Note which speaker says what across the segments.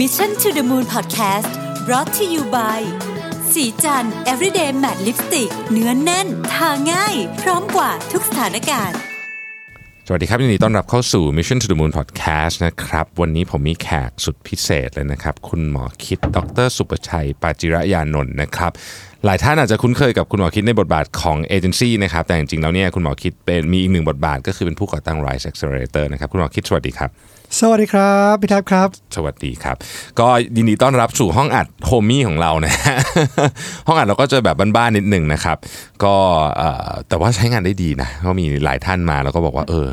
Speaker 1: Mission to the Moon Podcast brought to you by สีจัน everyday matte lipstick เนื้อนแน่น ทาง่าย พร้อมกว่าทุกสถานการณ์
Speaker 2: สวัสดีครับยินดีต้อนรับเข้าสู่ Mission to the Moon Podcast นะครับ วันนี้ผมมีแขกสุดพิเศษเลยนะครับ คุณหมอคิด ดร สุประชัย ปาจิระยานนท์นะครับ หลายท่านอาจจะคุ้นเคยกับคุณหมอคิดในบทบาทของเอเจนซี่นะครับ แต่จริงๆแล้วเนี่ยคุณหมอคิดเป็นมีอีกหนึ่งบทบาทก็คือเป็นผู้ก่อตั้ง Rise Accelerator นะครับ คุณหมอคิดสวัสดีครับ
Speaker 3: สวัสดีครับพี่แท็บครับ
Speaker 2: สวัสดีครับ ก็ยินดีต้อนรับสู่ห้องอัดโฮมี่ของเรานะฮ ะ ห้องอัดเราก็จะแบบบ้านๆนิดหนึ่งนะครับ ก็เอ่อแต่ว่าใช้งานได้ดีนะก็มีหลายท่านมาแล้วก็บอกว่าเออ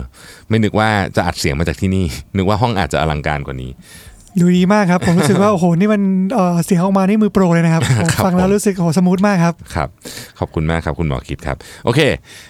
Speaker 2: ไม่นึกว่าจะอัดเสียงมาจากที่นี่ นึกว่าห้องอาจจะอลังการกว่านี้
Speaker 3: ดูดีมากครับ ผมรู้สึกว่า โอ้โหนี่มันเอ่อเสียงออกมานี่มือโปรเลยนะครับผม
Speaker 2: ครับ
Speaker 3: ฟังแล้
Speaker 2: ผ
Speaker 3: ว
Speaker 2: ม
Speaker 3: รู้สึกโอ้โหสมูทมากครับ
Speaker 2: ครับขอบคุณมากครับคุณหมอคิดครับ โอเค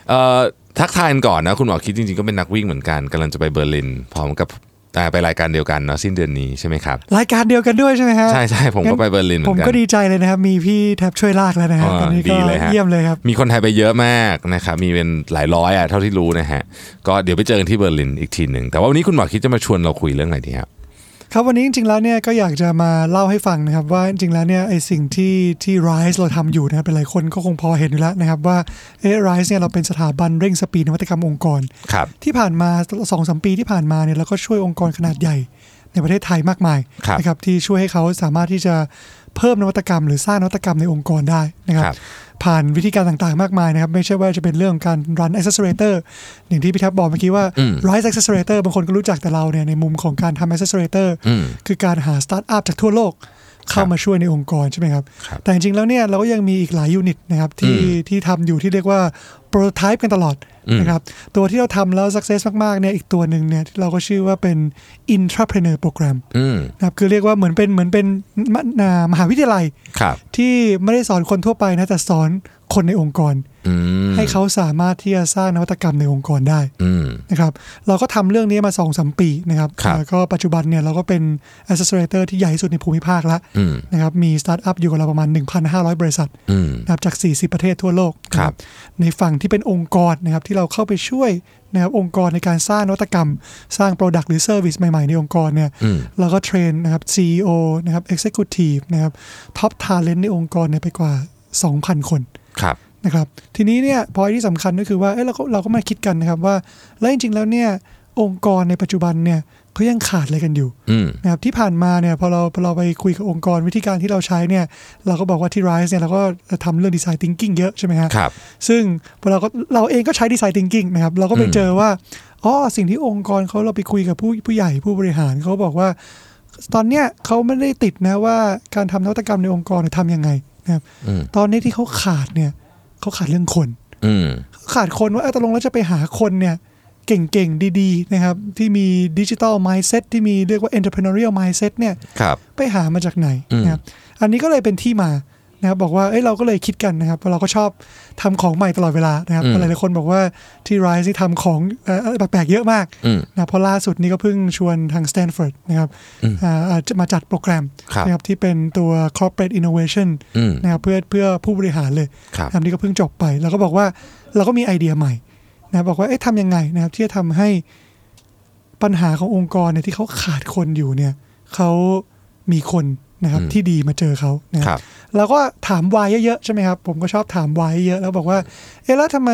Speaker 2: เอ่อทักทายกันก่อนนะคุณหมอคิดจริงๆก็เป็นนักวิ่งเหมือนกันกำลังจะไปเบอร์ลินพร้อมกับอ่าไปรายการเดียวกันเนาะสิ้นเดือนนี้ใช่ไหมครับ
Speaker 3: รายการเดียวกันด้วยใช่ไหมฮะ
Speaker 2: ใช่ใช่ผมก็ไปเบอร์ลินเหมื
Speaker 3: ผ
Speaker 2: อ
Speaker 3: ม
Speaker 2: นกัน
Speaker 3: ก็ดีใจเลยนะครับ มีพี่แท็บช่วยลากแล้วนะครับ
Speaker 2: อ่า
Speaker 3: ตอนนี้ก็
Speaker 2: ดีเลยฮะ
Speaker 3: เยี่ยมเลยครับ
Speaker 2: มีคนไทยไปเยอะมากนะครับ มีเป็นหลายร้อยอ่ะเท่าที่รู้นะฮะ ก็เดี๋ยวไปเจอกันที่เบอร์ลินอีกทีหนึ่ง แต่ว่าวันนี้คุณหมอคิดจะมาชวนเราคุยเรื่องอะไรดีครับ
Speaker 3: ครับวันนี้จริงๆแล้วเนี่ยก็อยากจะมาเล่าให้ฟังนะครับ ว่าจริงๆแล้วเนี่ยไอสิ่งที่ที่ Rise เราทำอยู่นะครับเป็นหลายคนก็คงพอเห็นอยู่แล้วนะครับว่าเอ้ย Rise เนี่ยเราเป็นสถาบันเร่งสปีดนวัตกรรมองค์กร
Speaker 2: ครับ
Speaker 3: ที่ผ่านมา2อสปีที่ผ่านมาเนี่ยเราก็ช่วยองค์กรขนาดใหญ่ในประเทศไทยมากมาย
Speaker 2: ครับ
Speaker 3: นะครับที่ช่วยให้เขาสามารถที่จะเพิ่มนวัตกรรม หรือสร้างนวัตกรรมในองค์กรได้นะครับ
Speaker 2: ครับ
Speaker 3: ผ่านวิธีการต่างๆมากมายนะครับไม่ใช่ว่าจะเป็นเรื่องของการ run accelerator อย่างที่พี่แทับบอกเมื่อกี้ว่า
Speaker 2: อืม
Speaker 3: rise accelerator บางคนก็รู้จักแต่เราเนี่ยในมุมของการทำ accelerator
Speaker 2: อืม
Speaker 3: คือการหาสตาร์ทอัพจากทั่วโลกเข้ามาช่วยในองค์กรใช่ไหมครับ
Speaker 2: ครับ
Speaker 3: แต่จริงๆแล้วเนี่ยเราก็ยังมีอีกหลายยูนิตนะครับที่
Speaker 2: อืม
Speaker 3: ที่ทำอยู่ที่เรียกว่าโปรโตไทป์กันตลอด
Speaker 2: อืม
Speaker 3: นะครับตัวที่เราทำแล้ว success มากๆเนี่ยอีกตัวหนึ่งเนี่ยที่เราก็ชื่อว่าเป็น intrapreneur program
Speaker 2: อืม
Speaker 3: นะครับคือเรียกว่าเหมือนเป็นเหมือนเป็นมนามหาวิทยาลัย
Speaker 2: ครับ
Speaker 3: ที่ไม่ได้สอนคนทั่วไปนะแต่สอนคนในองค์กร
Speaker 2: อืม
Speaker 3: ให้เขาสามารถที่จะสร้างนวัตกรรมในองค์กรได้
Speaker 2: อืม
Speaker 3: นะครับเราก็ทำเรื่องนี้มา2อสปีนะครับ
Speaker 2: ครับ
Speaker 3: แล้วก็ปัจจุบันเนี่ยเราก็เป็น a c c e l e r a t o r ที่ใหญ่ที่สุดในภูมิภาคแล้ว
Speaker 2: อืม
Speaker 3: นะครับมีสตาร์ทอัพอยู่กับเราประมาณ 1,500 บริษัท
Speaker 2: อืม
Speaker 3: นะครับจาก 40 ประเทศทั่วโลก
Speaker 2: ครับ
Speaker 3: นะในฝั่งที่เป็นองค์กรนะครับที่เราเข้าไปช่วยนะครับองค์กรในการสร้างนวัตกรรม สร้าง Product หรือ Service ใหม่ๆ ในองค์กรเนี่ย
Speaker 2: อืม
Speaker 3: เราก็เทรนนะครับ CEO นะครับ Executive นะครับ Top Talent ในองค์กรเนี่ยไปกว่า 2,000 คน
Speaker 2: ครับ
Speaker 3: นะครับทีนี้เนี่ยพอยที่สำคัญก็คือว่าเอ้ยเราก็เราก็มาคิดกันนะครับว่าแล้วจริงๆแล้วเนี่ยองค์กรในปัจจุบันเนี่ยเขายังขาดอะไรกันอยู่
Speaker 2: อืม
Speaker 3: นะครับที่ผ่านมาเนี่ยพอเราพอเราไปคุยกับองค์กรวิธีการที่เราใช้เนี่ยเราก็บอกว่าที่ Rise เนี่ยเราก็ทำเรื่องดีไซน์ thinking เยอะใช่ไหมฮะ
Speaker 2: ครับ
Speaker 3: ซึ่งพอเราก็เราเองก็ใช้ดีไซน์ thinking นะครับเราก็ไป
Speaker 2: อืม
Speaker 3: เจอว่าอ๋อสิ่งที่องค์กรเขาเราไปคุยกับผู้ผู้ใหญ่ผู้บริหารเขาบอกว่า ตอนเนี้ยเขาไม่ได้ติดนะว่าการทำนวัตกรรมในองค์กรเนี่ยทำยังไงนะครับ
Speaker 2: อืม
Speaker 3: ตอนนี้ที่เขาขาดเนี่ยเขาขาดเรื่องคน
Speaker 2: อืม
Speaker 3: ขาดคนว่าเออตกลงแล้วจะไปหาคนเนี่ยเก่งๆ ดีๆนะครับที่มีดิจิ t a ล mindset ที่มีเรียกว่า entrepreneurial mindset เนี่ย
Speaker 2: ครับ
Speaker 3: ไปหามาจากไหน
Speaker 2: อืม
Speaker 3: นะครับอันนี้ก็เลยเป็นที่มานะครับบอกว่าเอ้ยเราก็เลยคิดกันนะครับเราก็ชอบทำของใหม่ตลอดเวลานะครับหลายๆคนบอกว่าที่ Rise ที่ทำของเอ่ออะไรแปลกๆเยอะมาก
Speaker 2: อืม
Speaker 3: นะเพราะล่าสุดนี้ก็เพิ่งชวนทาง Stanford นะครับ
Speaker 2: อืม
Speaker 3: อ่าอาจจะมาจัดโปรแกรม
Speaker 2: ครับ
Speaker 3: นะครับที่เป็นตัว corporate innovation
Speaker 2: อืม
Speaker 3: นะครับเพื่อเพื่อผู้บริหารเลย
Speaker 2: ครับ
Speaker 3: นะครับนี่ก็เพิ่งจบไป แล้วก็บอกว่าเราก็มีไอเดียใหม่นะบอกว่าเอ๊ะทำยังไงนะครับที่จะทำให้ปัญหาขององค์กรเนี่ยที่เขาขาดคนอยู่เนี่ยเขามีคนนะครับที่ดีมาเจอเขานะค
Speaker 2: ครับ รับ
Speaker 3: เราก็ถามวายเยอะๆใช่ไหมครับ ผมก็ชอบถามวายเยอะแล้วบอกว่า เอ๊ะแล้วทำไม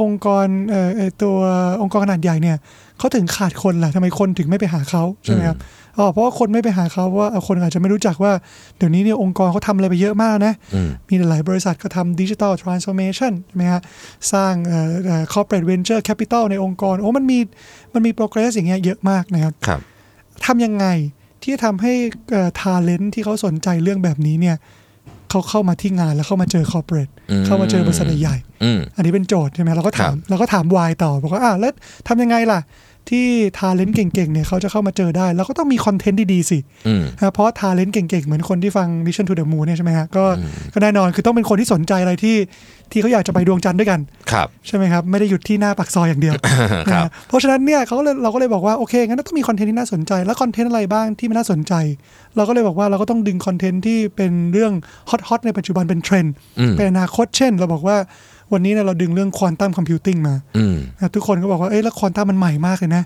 Speaker 3: องค์กรเอ่อเอ่อตัวองค์กรขนาดใหญ่เนี่ยเขาถึงขาดคนล่ะทำไมคนถึงไม่ไปหาเขาใช่ไหมครับอ๋อเพราะว่าคนไม่ไปหาเขาเพราะว่าเอ่อคนอาจจะไม่รู้จักว่าเดี๋ยวนี้เนี่ยองค์กรเขาทำอะไรไปเยอะมากนะ
Speaker 2: อืม
Speaker 3: มีหลายๆบริษัทก็ทำดิจิ t a ลทรานส์ o r m a t i o n ใช่ไหมฮะสร้างเอ่อเอ่อ corporate venture capital ในองค์กร โอ้มันมีมันมี progress อย่างเงี้ยเยอะมากนะครับ
Speaker 2: ครับ
Speaker 3: ทำยังไงที่จะทำให้ทาเลนที่เขาสนใจเรื่องแบบนี้เนี่ยเขาเข้ามาที่งานแล้วเข้ามาเจอคอร์เปอเรท
Speaker 2: อืม
Speaker 3: เข้ามาเจอบริษัทใหญ่
Speaker 2: อืม
Speaker 3: ๆอันนี้เป็นโจทย์ใช่ไหมเราก็ถาม
Speaker 2: ครับ
Speaker 3: เราก็ถามวายต่อบอกว่าอ่ะแล้วทำยังไงล่ะ ที่ทาเลนเก่งๆเนี่ยเขาจะเข้ามาเจอได้ เราก็ต้องมีคอนเทนต์ดีๆสิ
Speaker 2: อืม
Speaker 3: นะเพราะทาเลนเก่งๆ เหมือนคนที่ฟัง Mission to the Moon เนี่ยใช่ไหมฮะก็ก็แน่นอนคือต้องเป็นคนที่สนใจอะไรที่ที่เขาอยากจะไปดวงจันทร์ด้วยกัน
Speaker 2: ครับ
Speaker 3: ใช่ไหมครับ ไม่ได้หยุดที่หน้าปากซอยอย่างเดียว
Speaker 2: ครับ
Speaker 3: นะเพราะฉะนั้นเนี่ยเขาก็เลยเราก็เลยบอกว่า โอเค งั้นต้องมีคอนเทนต์ที่น่าสนใจ แล้วคอนเทนต์อะไรบ้างที่มันน่าสนใจ เราก็เลยบอกว่าเราก็ต้องดึงคอนเทนต์ที่เป็นเรื่องฮอตฮอตในปัจจุบันเป็นเทรนด์
Speaker 2: อืม
Speaker 3: เป็นอนาคตเช่น เราบอกว่าวันนี้เนี่ยเราดึงเรื่องควอนตัมคอมพิวติ้งมา
Speaker 2: อืม
Speaker 3: นะทุกคนก็บอกว่าเอ้ยแล้วควอนตัมมันใหม่มากเลยนะ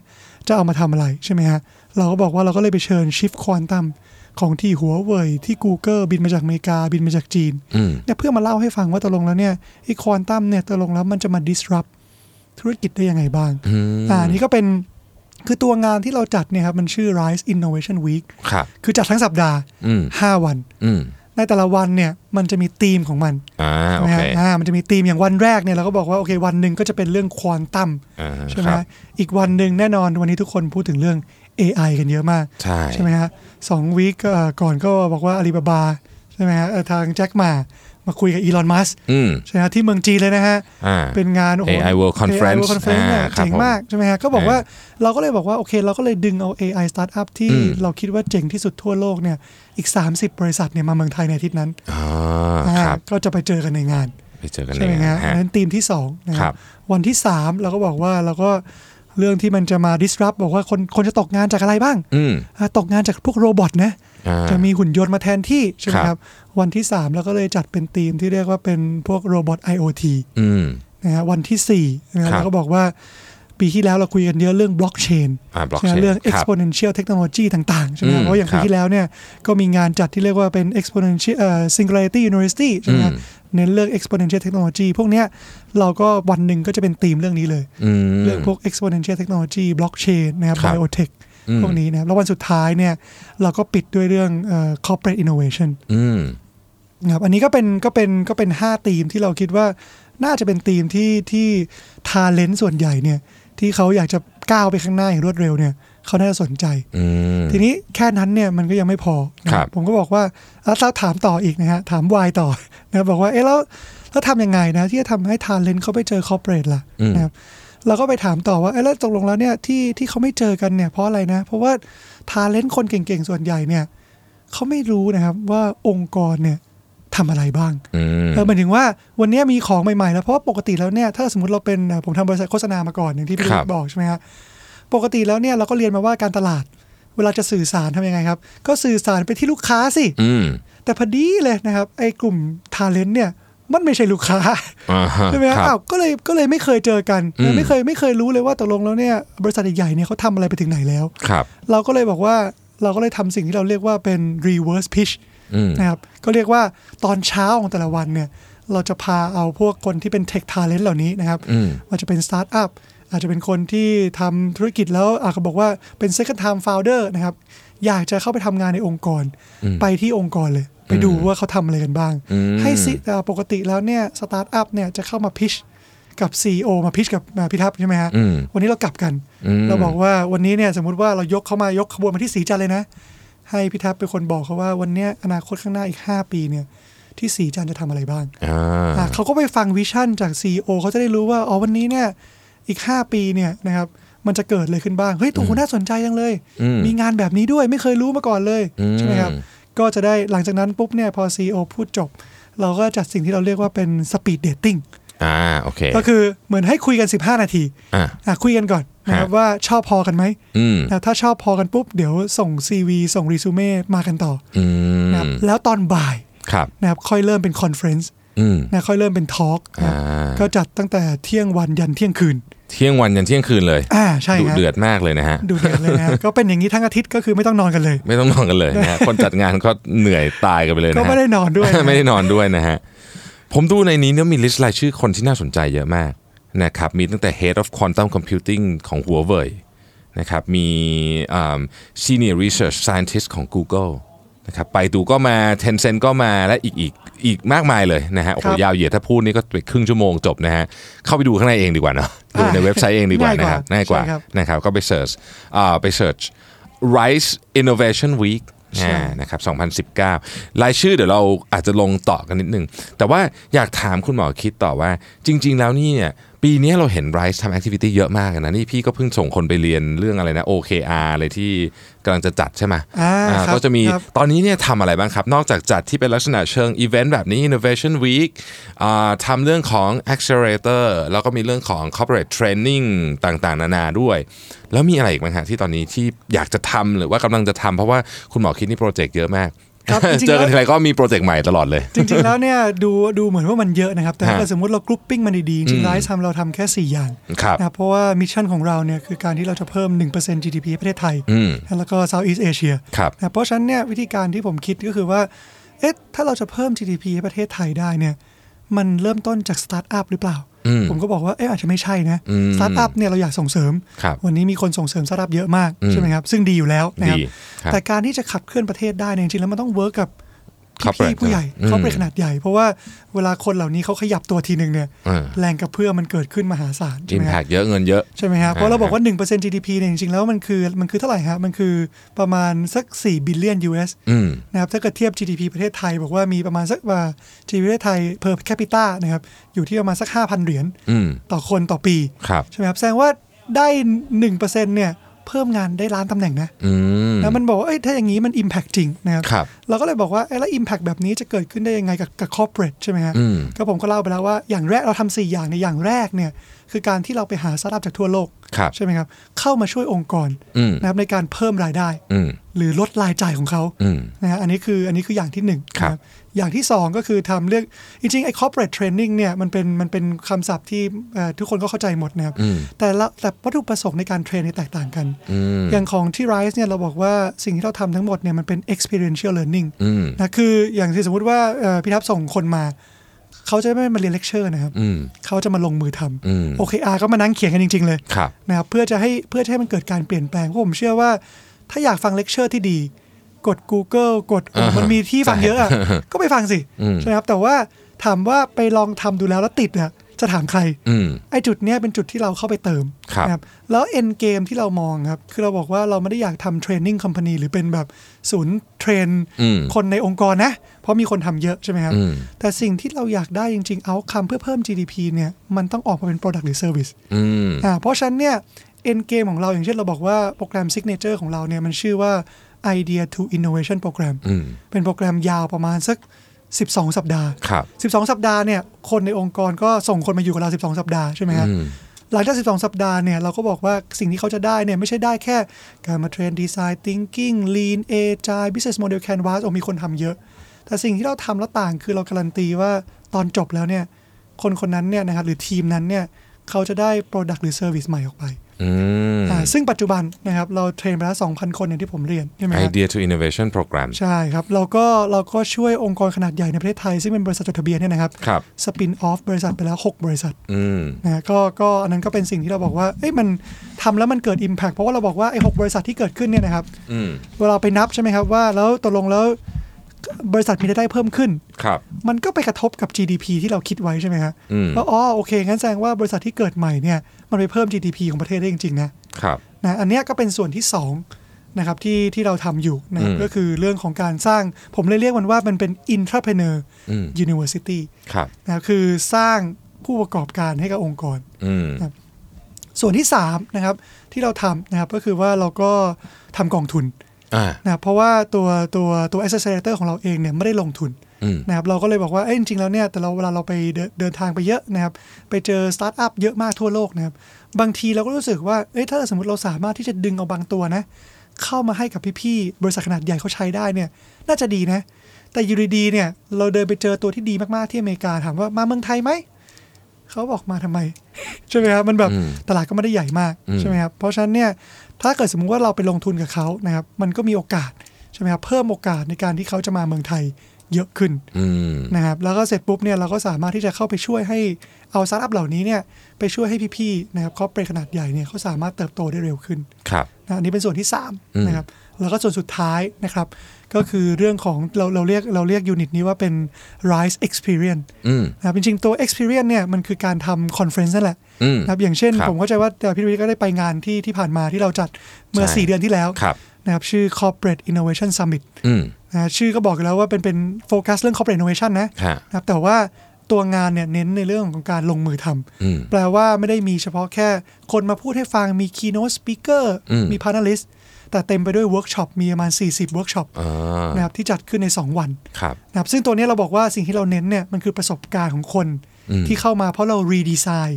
Speaker 3: จะเอามาทำอะไรใช่ไหมฮะเราก็บอกว่าเราก็เลยไปเชิญชิฟควอนตัม ของที่หัวเว่ยที่ Google บินมาจากอเมริกาบินมาจากจีน
Speaker 2: อืม
Speaker 3: เนี่ยเพื่อมาเล่าให้ฟังว่าตกลงแล้วเนี่ยไอ้ควอนตัมเนี่ยตกลงแล้วมันจะมา disrupt ธุรกิจได้ยังไงบ้าง
Speaker 2: อืม
Speaker 3: อ่านี่ก็เป็นคือตัวงานที่เราจัดเนี่ยครับมันชื่อ Rise Innovation Week
Speaker 2: ครับ
Speaker 3: คือจัดทั้งสัปดาห์
Speaker 2: อืม
Speaker 3: 5 วัน
Speaker 2: อืม
Speaker 3: ในแต่ละวันเนี่ยมันจะมีธีมของมัน
Speaker 2: อ่าโอ
Speaker 3: นะ
Speaker 2: เค
Speaker 3: ฮะอ่ามันจะมีธีมอย่างวันแรกเนี่ยเราก็บอกว่าโอเควันหนึ่งก็จะเป็นเรื่องควอนตัม
Speaker 2: อ่า
Speaker 3: ใช่ไหม
Speaker 2: ครับ
Speaker 3: ฮะอีกวันหนึ่งแน่นอนวันนี้ทุกคนพูดถึงเรื่อง AI กันเยอะมาก
Speaker 2: ใช่
Speaker 3: ใช่ไหมฮะสองวีคก่อนก็บอกว่าอาลีบาบาใช่ไหมฮะเอ่อทางแจ็คมามาคุยกับอีลอนมัส
Speaker 2: อืม
Speaker 3: ใช่ไหมฮะที่เมืองจีนเลยนะฮะ
Speaker 2: อ่า
Speaker 3: เป็นงาน โอ้โห
Speaker 2: AI World Conference
Speaker 3: AI World Conference เนี่ย
Speaker 2: อ่าครับ
Speaker 3: เจ๋งมาก ใช่ไหมฮะ ก็บอกว่าเราก็เลยบอกว่า โอเค เราก็เลยดึงเอา AI Startup ที่
Speaker 2: อืม
Speaker 3: เราคิดว่าเจ๋งที่สุดทั่วโลกเนี่ย อีก 30 บริษัทเนี่ยมาเมืองไทยในอาทิตย์นั้น
Speaker 2: อ่า
Speaker 3: อ่า
Speaker 2: ครับ
Speaker 3: ก็จะไปเจอกันในงาน
Speaker 2: ไปเจอกัน
Speaker 3: ใช่ไหม
Speaker 2: ในงา
Speaker 3: ฮะ
Speaker 2: น
Speaker 3: อั
Speaker 2: ฮะ
Speaker 3: นนั้นธีมที่ 2 นะค
Speaker 2: ครั
Speaker 3: รับ บ วันที่ 3 เราก็บอกว่าเราก็เรื่องที่มันจะมา disrupt บอกว่าคนคนจะตกงานจากอะไรบ้าง
Speaker 2: อืม
Speaker 3: อ่าตกงานจากพวกโรบอทนะ
Speaker 2: อ่า
Speaker 3: จะมีหุ่นยนต์มาแทนที่ใช่ไหม
Speaker 2: ค
Speaker 3: ค
Speaker 2: รั
Speaker 3: รับ บ วันที่ 3 แล้วก็เลยจัดเป็นธีมที่เรียกว่าเป็นพวกโรบอท IoT
Speaker 2: อืม
Speaker 3: นะฮะวันที่4นะ
Speaker 2: ครับ
Speaker 3: ฮะเราก็บอกว่าปีที่แล้วเราคุยกันเยอะเรื่องบล็อกเชน
Speaker 2: อ่าบล็อก
Speaker 3: ใช่ไห
Speaker 2: เช
Speaker 3: ม
Speaker 2: น
Speaker 3: เรื่อง
Speaker 2: ครับ
Speaker 3: exponential technology ต่างๆใช่ไหม
Speaker 2: อืม
Speaker 3: ฮะเพราะอย่าง
Speaker 2: ครั
Speaker 3: ปี
Speaker 2: บ
Speaker 3: ที่แล้วเนี่ยก็มีงานจัดที่เรียกว่าเป็น exponential เอ่อ singularity university ใช่ไหมฮะ
Speaker 2: อืม
Speaker 3: เน้นเรื่อง exponential technology พวกเนี้ยเราก็วันหนึ่งก็จะเป็นธีมเรื่องนี้เลย
Speaker 2: อืม
Speaker 3: เรื่องพวก exponential technology blockchain นะครับ
Speaker 2: ครับ
Speaker 3: biotech
Speaker 2: อืม
Speaker 3: พวกนี้นะครับแล้ววันสุดท้ายเนี่ยเราก็ปิดด้วยเรื่องเอ่อ corporate innovation
Speaker 2: อืม
Speaker 3: นะครับอันนี้ก็เป็นก็เป็นก็เป็น5ธีมที่เราคิดว่าน่าจะเป็นธีมที่ที่ทาเลนต์ส่วนใหญ่เนี่ยที่เขาอยากจะก้าวไปข้างหน้าอย่างรวดเร็วเนี่ยเขาน่าจะสนใจ
Speaker 2: อืม
Speaker 3: ทีนี้แค่นั้นเนี่ยมันก็ยังไม่พอนะครับ ผมก็บอกว่าแล้วเราถามต่ออีกนะฮะถามวายต่อ นะครับบอกว่าเอ๊ะแล้วแล้วทำยังไงนะที่จะทำให้ทาเลนต์เขาไปเจอคอร์เปรสล่ะนะครับเราก็ไปถามต่อว่าเอ๊ะแล้วตกลงแล้วเนี่ยที่ที่เขาไม่เจอกันเนี่ยเพราะอะไรนะ เพราะว่าทาเลนต์คนเก่งๆส่วนใหญ่เนี่ยเขาไม่รู้นะครับว่าองค์กรเนี่ยทำอะไรบ้าง
Speaker 2: อืม
Speaker 3: เออหมายถึงว่าวันนี้มีของใหม่ๆแล้วเพราะว่าปกติแล้วเนี่ยถ้าสมมติเราเป็นเอ่อผมทำบริษัทโฆษณามาก่อนอย่างที่พี่
Speaker 2: ครับ
Speaker 3: บอกใช่ไหมฮะปกติแล้วเนี่ยเราก็เรียนมาว่าการตลาด เวลาจะสื่อสารทำยังไงครับ ก็สื่อสารไปที่ลูกค้าสิ
Speaker 2: อืม
Speaker 3: แต่พอดีเลยนะครับไอ้กลุ่มทาเลนต์เนี่ยมันไม่ใช่ลูกค้า
Speaker 2: อ่าฮะ
Speaker 3: ใช่ไหมฮะ
Speaker 2: ครับ
Speaker 3: อ้าวก็เลยก็เลยไม่เคยเจอกัน
Speaker 2: อืม
Speaker 3: ไม่เคยไม่เคยรู้เลยว่าตกลงแล้วเนี่ยบริษัทใหญ่ๆเนี่ยเขาทำอะไรไปถึงไหนแล้ว
Speaker 2: ครับ
Speaker 3: เราก็เลยบอกว่าเราก็เลยทำสิ่งที่เราเรียกว่าเป็น reverse pitch
Speaker 2: อืม
Speaker 3: นะครับก็เรียกว่าตอนเช้าของแต่ละวันเนี่ยเราจะพาเอาพวกคนที่เป็นเทคทาเลนต์เหล่านี้นะครับ
Speaker 2: อืม
Speaker 3: ว่าจะเป็นสตาร์ทอัพอาจจะเป็นคนที่ทำธุรกิจแล้วอาจจะบอกว่าเป็น second time founder นะครับอยากจะเข้าไปทำงานในองค์กร ไปที่องค์กรเลย ไปดูว่าเขาทำอะไรกันบ้าง
Speaker 2: อืม
Speaker 3: ให้สิเอ่อปกติแล้วเนี่ยสตาร์ทอัพเนี่ยจะเข้ามาพิชกับ CEO มาพิชกับอ่าพี่ทัพใช่ไหมฮะ
Speaker 2: อืม
Speaker 3: วันนี้เรากลับกัน
Speaker 2: อืม
Speaker 3: เราบอกว่าวันนี้เนี่ยสมมติว่าเรายกเขามายกขบวนมาที่สีจันทร์เลยนะ ให้พี่ทัพเป็นคนบอกเขาว่าวันเนี้ยอนาคตข้างหน้าอีก 5 ปีเนี่ยที่สีจันทร์จะทำอะไรบ้าง
Speaker 2: อ่า
Speaker 3: อ่ะเขาก็ไปฟังวิชั่นจาก CEO เขาจะได้รู้ว่าอ๋อวันนี้เนี่ยอีก 5 ปีเนี่ยนะครับมันจะเกิดอะไรขึ้นบ้างเฮ้ยตัวคุณน่าสนใจจังเลย
Speaker 2: อืม
Speaker 3: มีงานแบบนี้ด้วยไม่เคยรู้มาก่อนเลย
Speaker 2: อืม
Speaker 3: ใช่ไหมครับก็จะได้หลังจากนั้นปุ๊บเนี่ยพอ CEO พูดจบ เราก็จัดสิ่งที่เราเรียกว่าเป็นสปีดเดตติ้ง
Speaker 2: อ่าโอเค
Speaker 3: ก็คือเหมือนให้คุยกัน 15 นาที
Speaker 2: อ่า
Speaker 3: อ่ะคุยกันก่อนนะครับ
Speaker 2: ฮะ
Speaker 3: ว่าชอบพอกันไหม
Speaker 2: อืม
Speaker 3: นะถ้าชอบพอกันปุ๊บ เดี๋ยวส่ง CV ส่งรีซูเม่มากันต่อ
Speaker 2: อื
Speaker 3: อนะครับ
Speaker 2: ม
Speaker 3: แล้วตอนบ่าย
Speaker 2: ครับ
Speaker 3: นะครับค่อยเริ่มเป็นคอนเฟรนซ์
Speaker 2: อืม
Speaker 3: นะค่อยเริ่มเป็นทอล์กนะครับ
Speaker 2: อ่า
Speaker 3: ก็จัดตั้งแต่เที่ยงวันยันเที่ยงคืน
Speaker 2: เที่ยงวันยันเที่ยงคืนเลย
Speaker 3: อ่าใช่
Speaker 2: ดุ
Speaker 3: ฮะ
Speaker 2: เดือดมากเลยนะฮะ
Speaker 3: ดูเดือดเลย นะ ก็เป็นอย่างนี้ทั้งอาทิตย์ก็คือไม่ต้องนอนกันเลย
Speaker 2: ไม่ต้องนอนกันเลยนะฮะ คนจัดงานก็เหนื่อยตายกันไปเลยนะ
Speaker 3: ก็
Speaker 2: ฮะ
Speaker 3: ไม่ได้นอนด้วย นะ
Speaker 2: ไม่ได้นอนด้วยนะฮะ ผมดูในนี้เนี่ยมีลิสต์รายชื่อคนที่น่าสนใจเยอะมากนะครับ มีตั้งแต่ Head of Quantum Computing ของ Huawei นะครับ มีอ่า Senior Research Scientist ของ Google นะครับไปดูก็มา Tencent ก็มาและอีกอีกอีกมากมายเลยนะฮะ โอ้โห
Speaker 3: ครับ
Speaker 2: ยาวเหยียดถ้าพูดนี่ก็ไปครึ่งชั่วโมงจบนะฮะ เข้าไปดูข้างในเองดีกว่าเนอะดูใน
Speaker 3: อ่า
Speaker 2: เว็บไซต์เองดีกว่า
Speaker 3: ง่ายก
Speaker 2: นะครับ
Speaker 3: ว่า
Speaker 2: ง่ายกว่า
Speaker 3: ใช่ครับ
Speaker 2: นะครับก็ไปเสิร์ชอ่าไปเสิร์ช Rise Innovation Week
Speaker 3: ใช่
Speaker 2: อ่า นะครับ2019 รายชื่อเดี๋ยวเราอาจจะลงต่อกันนิดนึง แต่ว่าอยากถามคุณหมอคิดต่อว่า จริง ๆ แล้วนี่เนี่ยปีนี้เราเห็นไรซ์ทำแอคทิวิตี้เยอะมากนะ นี่พี่ก็เพิ่งส่งคนไปเรียนเรื่องอะไรนะ OKR อะไรที่กำลังจะจัดใช่ไหม
Speaker 3: อ่า
Speaker 2: อ่า
Speaker 3: ครับ
Speaker 2: ก็จะมี
Speaker 3: ครับ
Speaker 2: ตอนนี้เนี่ยทำอะไรบ้างครับ นอกจากจัดที่เป็นลักษณะเชิงอีเวนต์แบบนี้ Innovation Week อ่าทำเรื่องของ Accelerator แล้วก็มีเรื่องของ Corporate Training ต่างๆ นานาด้วย แล้วมีอะไรอีกบ้างฮะที่ตอนนี้ที่อยากจะทำหรือว่ากำลังจะทำเพราะว่าคุณหมอคิดนี่โปรเจกต์เยอะมาก
Speaker 3: ครับจริ ง
Speaker 2: เจ
Speaker 3: ๆ
Speaker 2: อกัน
Speaker 3: แล้ว
Speaker 2: ทีไรก็มีโปรเจกต์ใหม่ตลอดเลย
Speaker 3: จริง ๆ แล้วเนี่ยดูดูเหมือนว่ามันเยอะนะครับ แต่ถ้า
Speaker 2: ฮะ
Speaker 3: เกิดสมมติเรากรุ๊ปปิ้งมันดีๆจริง
Speaker 2: อืม
Speaker 3: ๆไลฟ์ทำเราทำแค่ 4 อย่าง
Speaker 2: ครับ
Speaker 3: นะครับเพราะว่ามิชชั่นของเราเนี่ยคือการที่เราจะเพิ่ม 1% GDP ประเทศไทย
Speaker 2: อืม
Speaker 3: แล้วก็ Southeast Asia
Speaker 2: ครับ
Speaker 3: นะเพราะฉะนั้นเนี่ยวิธีการที่ผมคิดก็คือว่า เอ๊ะ ถ้าเราจะเพิ่ม GDP ให้ประเทศไทยได้เนี่ย มันเริ่มต้นจากสตาร์ทอัพหรือเปล่า
Speaker 2: อืม
Speaker 3: ผมก็บอกว่า เอ๊ะ อาจจะไม่ใช่นะ
Speaker 2: อืม
Speaker 3: สตาร์ทอัพเนี่ยเราอยากส่งเสริม
Speaker 2: ครับ
Speaker 3: วันนี้มีคนส่งเสริมสตาร์ทอัพเยอะมาก
Speaker 2: อืม
Speaker 3: ใช่ไหมครับ ซึ่งดีอยู่แล้วนะครับ
Speaker 2: ดีครับ
Speaker 3: แต่การที่จะขับเคลื่อนประเทศได้เนี่ยจริงๆแล้วมันต้องเวิร์กกับ
Speaker 2: Corporate
Speaker 3: พี่ๆผู้ใหญ่
Speaker 2: อืม
Speaker 3: เขาเป็นขนาดใหญ่ เพราะว่าเวลาคนเหล่านี้เขาขยับตัวทีหนึ่งเนี่ย
Speaker 2: เออ
Speaker 3: แรงกระเพื่อมมันเกิดขึ้นมหาศาลใช่
Speaker 2: อิ
Speaker 3: ไห
Speaker 2: ม
Speaker 3: ม
Speaker 2: แพ
Speaker 3: ครับ
Speaker 2: กเยอะเงินเยอะ
Speaker 3: ใช่ไหมฮะเพราะเราบอกว่า 1% GDP เนี่ยจริงๆ แล้วมันคือมันคือเท่าไหร่ฮะ มันคือประมาณสัก 4 บิลเลียน US
Speaker 2: อืม
Speaker 3: นะครับถ้าเกิดเทียบ GDP ประเทศไทย บอกว่ามีประมาณสักว่า GDP ประเทศไทย per capita นะครับอยู่ที่ประมาณสัก 5,000 เหรียญ
Speaker 2: อืม
Speaker 3: ต่อคนต่อปี
Speaker 2: ครับ
Speaker 3: ใช่ไหมครับแสดงว่าได้ 1%เนี่ยเพิ่มงานได้ล้านตำแหน่งนะ
Speaker 2: อืม
Speaker 3: แล้วมันบอกว่าเอ้ยถ้าอย่างนี้มัน Impact จริงนะครับ
Speaker 2: ครับ
Speaker 3: เราก็เลยบอกว่าเอ้ยแล้ว Impact แบบนี้จะเกิดขึ้นได้ยังไงกับกับ corporate ใช่ไหมฮะ
Speaker 2: อืม
Speaker 3: ก็ผมก็เล่าไปแล้วว่าอย่างแรกเราทำสี่อย่างในยอย่างแรกเนี่ยคือการที่เราไปหาสตาร์ทอัพจากทั่วโลก
Speaker 2: ครับ
Speaker 3: ใช่ไหมครับ เข้ามาช่วยองค์กร
Speaker 2: อืม
Speaker 3: นะครับในการเพิ่มรายได้
Speaker 2: อืม
Speaker 3: หรือลดรายจ่ายของเขา
Speaker 2: อืม
Speaker 3: นะฮะอันนี้คืออันนี้คืออย่างที่หนึ่ง
Speaker 2: ครับ
Speaker 3: นะอย่างที่สองก็คือทำเรื่องจริงๆไอ้ corporate training เนี่ยมันเป็นมันเป็นคำศัพท์ที่เอ่อทุกคนก็เข้าใจหมดนะครับ
Speaker 2: อืม
Speaker 3: แต่ละแต่วัตถุประสงค์ในการเทรนเนี่ยแตกต่างกัน
Speaker 2: อืม
Speaker 3: อย่างของที่ Rise เนี่ยเราบอกว่าสิ่งที่เราทำทั้งหมดเนี่ยมันเป็น experiential learning
Speaker 2: อืม
Speaker 3: นะคืออย่างที่สมมติว่าเอ่อพี่ทัพส่งคนมา เขาจะไม่มาเรียนเลคเชอร์นะครับ
Speaker 2: อืม
Speaker 3: เขาจะมาลงมือท
Speaker 2: อืม
Speaker 3: ำ OKR ก็มานั่งเขียนกันจริง ๆ เลย
Speaker 2: ครับ
Speaker 3: นะครับเพื่อจะให้เพื่อจะให้มันเกิดการเปลี่ยนแปลงเพราะผมเชื่อว่า ถ้าอยากฟังเลคเชอร์ที่ดี กด Google กดโอ้
Speaker 2: อ่าฮะ
Speaker 3: มันมีที่ฟังเยอะอะ ก็ไปฟังสิ
Speaker 2: อืม
Speaker 3: ใช่ไหมครับ แต่ว่าถามว่าไปลองทำดูแล้วแล้วติดอะจะถามใคร
Speaker 2: อืม
Speaker 3: ไอ้จุดเนี้ยเป็นจุดที่เราเข้าไปเติม
Speaker 2: ครับ
Speaker 3: นะครับแล้ว end game ที่เรามองครับ คือเราบอกว่าเราไม่ได้อยากทำเทรนนิ่งคอมพานีหรือเป็นแบบศูนย์เทรน
Speaker 2: อืม
Speaker 3: คนในองค์กรนะ เพราะมีคนทำเยอะใช่ไหมครับ
Speaker 2: อืม
Speaker 3: แต่สิ่งที่เราอยากได้จริงๆ เอาคำเพื่อเพิ่ม GDP เนี่ยมันต้องออกมาเป็น Product หรือ Service
Speaker 2: อืม
Speaker 3: อ่าเพราะฉะนั้นเนี่ยเอ็นเกมของเราอย่างเช่นเราบอกว่าโปรแกรม Signature ของเราเนี่ยมันชื่อว่า Idea to Innovation Program
Speaker 2: อืม
Speaker 3: เป็นโปรแกรมยาวประมาณสัก 12 สัปดาห์
Speaker 2: ครับ
Speaker 3: 12 สัปดาห์เนี่ยคนในองค์กรก็ส่งคนมาอยู่กับเรา 12 สัปดาห์ใช่ไหมครับ
Speaker 2: อืม
Speaker 3: หลังจาก 12 สัปดาห์เนี่ยเราก็บอกว่าสิ่งที่เขาจะได้เนี่ยไม่ใช่ได้แค่การมาเทรนดีไซน์ thinking lean agile business model canvas โอ้มีคนทำเยอะ แต่สิ่งที่เราทำแล้วต่างคือเราการันตีว่าตอนจบแล้วเนี่ยคนคนนั้นเนี่ยนะครับหรือทีมนั้นเนี่ยเขาจะได้ product หรือ service ใหม่ออกไป
Speaker 2: อืม
Speaker 3: อ่าซึ่งปัจจุบันนะครับเราเทรนไปแล้ว2,000 คนอย่างที่ผมเรียนใช่ไหมครับ
Speaker 2: idea to innovation program
Speaker 3: ใช่ครับ เราก็เราก็ช่วยองค์กรขนาดใหญ่ในประเทศไทย ซึ่งเป็นบริษัทจดทะเบียนเนี่ยนะครับ
Speaker 2: ครับ
Speaker 3: สปินออฟบริษัทไปแล้ว 6 บริษัท
Speaker 2: อืม
Speaker 3: นะฮะก็ก็อันนั้นก็เป็นสิ่งที่เราบอกว่าเอ้ยมันทำแล้วมันเกิด Impact เพราะว่าเราบอกว่าไอ้หบริษัทที่เกิดขึ้นเนี่ยนะครับ
Speaker 2: อืม
Speaker 3: เวลาไปนับใช่ไหมครับว่าแล้วตกลงแล้วบริษัทมีรายได้เพิ่มขึ้น
Speaker 2: ครับ
Speaker 3: มันก็ไปกระทบกับ GDP ที่เราคิดไว้ใช่ไหมฮะ
Speaker 2: อืม
Speaker 3: ว่าอ๋อโอเคงั้นแสดงว่าบริษัทที่เกิดใหม่เนี่ยมันไปเพิ่ม GDP ของประเทศได้จริงๆนะ
Speaker 2: ครับ
Speaker 3: นะอันเนี้ยก็เป็นส่วนที่สองนะครับที่ที่เราทำอยู่นะครับ
Speaker 2: อืม
Speaker 3: ก็คือเรื่องของการสร้างผมเลยเรียกมันว่ามันเป็น intrapreneur
Speaker 2: อืม
Speaker 3: university
Speaker 2: ครับ
Speaker 3: นะครับคือสร้างผู้ประกอบการให้กับองค์กร
Speaker 2: อืม
Speaker 3: ส่วนที่3นะครับที่เราทำนะครับก็คือว่าเราก็ทำกองทุน
Speaker 2: อ่า
Speaker 3: นะครับเพราะว่าตัวตัวตัว accelerator ของเราเองเนี่ยไม่ได้ลงทุน
Speaker 2: อืม
Speaker 3: นะครับเราก็เลยบอกว่าเอ้ยจริงๆแล้วเนี่ยแต่เราเวลาเราไปเดินเดินทางไปเยอะนะครับไปเจอสตาร์ทอัพเยอะมากทั่วโลกนะครับบางทีเราก็รู้สึกว่าเอ้ยถ้าสมมติเราสามารถที่จะดึงเอาบางตัวนะ เข้ามาให้กับพี่ๆบริษัทขนาดใหญ่เขาใช้ได้เนี่ย น่าจะดีนะ แต่อยู่ดีๆเนี่ยเราเดินไปเจอตัวที่ดีมากๆที่อเมริกาถามว่ามาเมืองไทยไหมเขาบอกมาทำไม ใช่ไหมครับมันแบบ
Speaker 2: อืม
Speaker 3: ตลาดก็ไม่ได้ใหญ่มาก
Speaker 2: อืม
Speaker 3: ใช่ไหมครับเพราะฉะนั้นเนี่ยถ้าเกิดสมมุติว่าเราไปลงทุนกับเขานะครับมันก็มีโอกาสใช่ไหมครับเพิ่มโอกาสในการที่เขาจะมาเมืองไทยเยอะขึ้น
Speaker 2: อืม
Speaker 3: นะครับแล้วก็เสร็จปุ๊บเนี่ยเราก็สามารถที่จะเข้าไปช่วยให้เอาสตาร์ทอัพเหล่านี้เนี่ยไปช่วยให้พี่ๆนะครับครอบครัวขนาดใหญ่เนี่ยเขาสามารถเติบโตได้เร็วขึ้น
Speaker 2: ครับ
Speaker 3: นะอันนี้เป็นส่วนที่
Speaker 2: อืม
Speaker 3: 3นะครับแล้วก็ส่วนสุดท้ายนะครับก็คือเรื่องของเราเราเรียกเราเรียกยูนิตนี้ว่าเป็น rise experience
Speaker 2: อืม
Speaker 3: นะครับจริงๆตัว experience เนี่ยมันคือการทำ conference นั่นแหละ
Speaker 2: อืม
Speaker 3: นะครับอย่างเช่น
Speaker 2: ครับ
Speaker 3: ผมเข้าใจว่าเอ่อพี่วิทย์ก็ได้ไปงานที่ที่ผ่านมาที่เราจัดเมื่อ
Speaker 2: ใช่
Speaker 3: 4 เดือนที่แล้ว
Speaker 2: ครับ
Speaker 3: นะครับชื่อ corporate innovation summit
Speaker 2: อืม
Speaker 3: นะชื่อก็บอกอยู่แล้วว่าเป็นเป็นโฟกัสเรื่อง corporate innovation นะ
Speaker 2: ฮะ
Speaker 3: นะครับแต่ว่าตัวงานเนี่ยเน้นในเรื่องของการลงมือทำ
Speaker 2: อืม
Speaker 3: แปลว่าไม่ได้มีเฉพาะแค่คนมาพูดให้ฟังมี keynote speaker
Speaker 2: อืม
Speaker 3: มี panelist แต่เต็มไปด้วยเวิร์กช็อปมีประมาณ 40 เวิร์กช็อป
Speaker 2: อ่า
Speaker 3: นะครับที่จัดขึ้นใน 2 วัน
Speaker 2: ครับ
Speaker 3: นะครับซึ่งตัวเนี้ยเราบอกว่าสิ่งที่เราเน้นเนี่ยมันคือประสบการณ์ของคน
Speaker 2: อืม
Speaker 3: ที่เข้ามาเพราะเรา redesign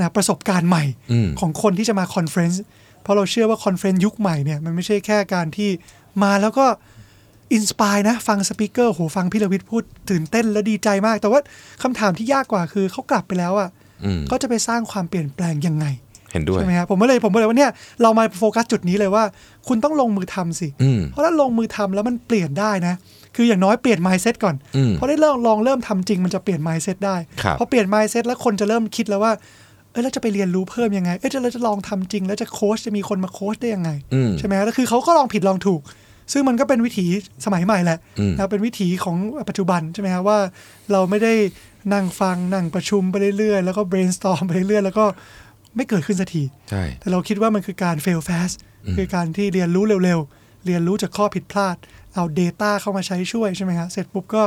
Speaker 3: นะประสบการณ์ใหม่
Speaker 2: อืม
Speaker 3: ของคนที่จะมาคอนเฟรนซ์เพราะเราเชื่อว่าคอนเฟรนซ์ยุคใหม่เนี่ยมันไม่ใช่แค่การที่มาแล้วก็ อินสปายนะ ฟังสปีกเกอร์โหฟังพี่ลวิทย์พูดตื่นเต้นและดีใจมาก แต่ว่าคำถามที่ยากกว่าคือเขากลับไปแล้วอะ่ะ
Speaker 2: อืม
Speaker 3: เขาจะไปสร้างความเปลี่ยนแปลงยังไง
Speaker 2: เห็นด้วย
Speaker 3: ใช่ไหมครับผมก็เลยผมก็เลยว่าเนี่ยเรามาโฟกัสจุดนี้เลยว่า คุณต้องลงมือทำสิ
Speaker 2: อืม
Speaker 3: เพราะถ้าลงมือทำแล้วมันเปลี่ยนได้นะ คืออย่างน้อยเปลี่ยน mindset ก่อน
Speaker 2: อืม
Speaker 3: เพราะได้เริ่มลองเริ่มทำจริงมันจะเปลี่ยน mindset ได้
Speaker 2: ครับ
Speaker 3: พอเปลี่ยน mindset แล้วคนจะเริ่มคิดแล้วว่าเออแล้วจะไปเรียนรู้เพิ่มยังไงเออจะเราจะลองทำจริง แล้วจะโค้ชจะมีคนมาโค้ชได้ยังไง
Speaker 2: อืม
Speaker 3: ใช่ไหมแล้วคือเขาก็ลองผิดลองถูก ซึ่งมันก็เป็นวิถีสมัยใหม่แหละ
Speaker 2: อืม
Speaker 3: แล้วเป็นวิถีของปัจจุบันใช่ไหมครับว่าเราไม่ได้นั่งฟังนั่งประชุมไปเรื่อยๆแล้วก็ brainstorm ไปเรื่อยๆแล้วก็ไม่เกิดขึ้นสักที
Speaker 2: ใช่
Speaker 3: แต่เราคิดว่ามันคือการ fail fast คือการที่เรียนรู้เร็วๆ เรียนรู้จากข้อผิดพลาด เอา Data เข้ามาใช้ช่วยใช่ไหมฮะเสร็จปุ๊บก็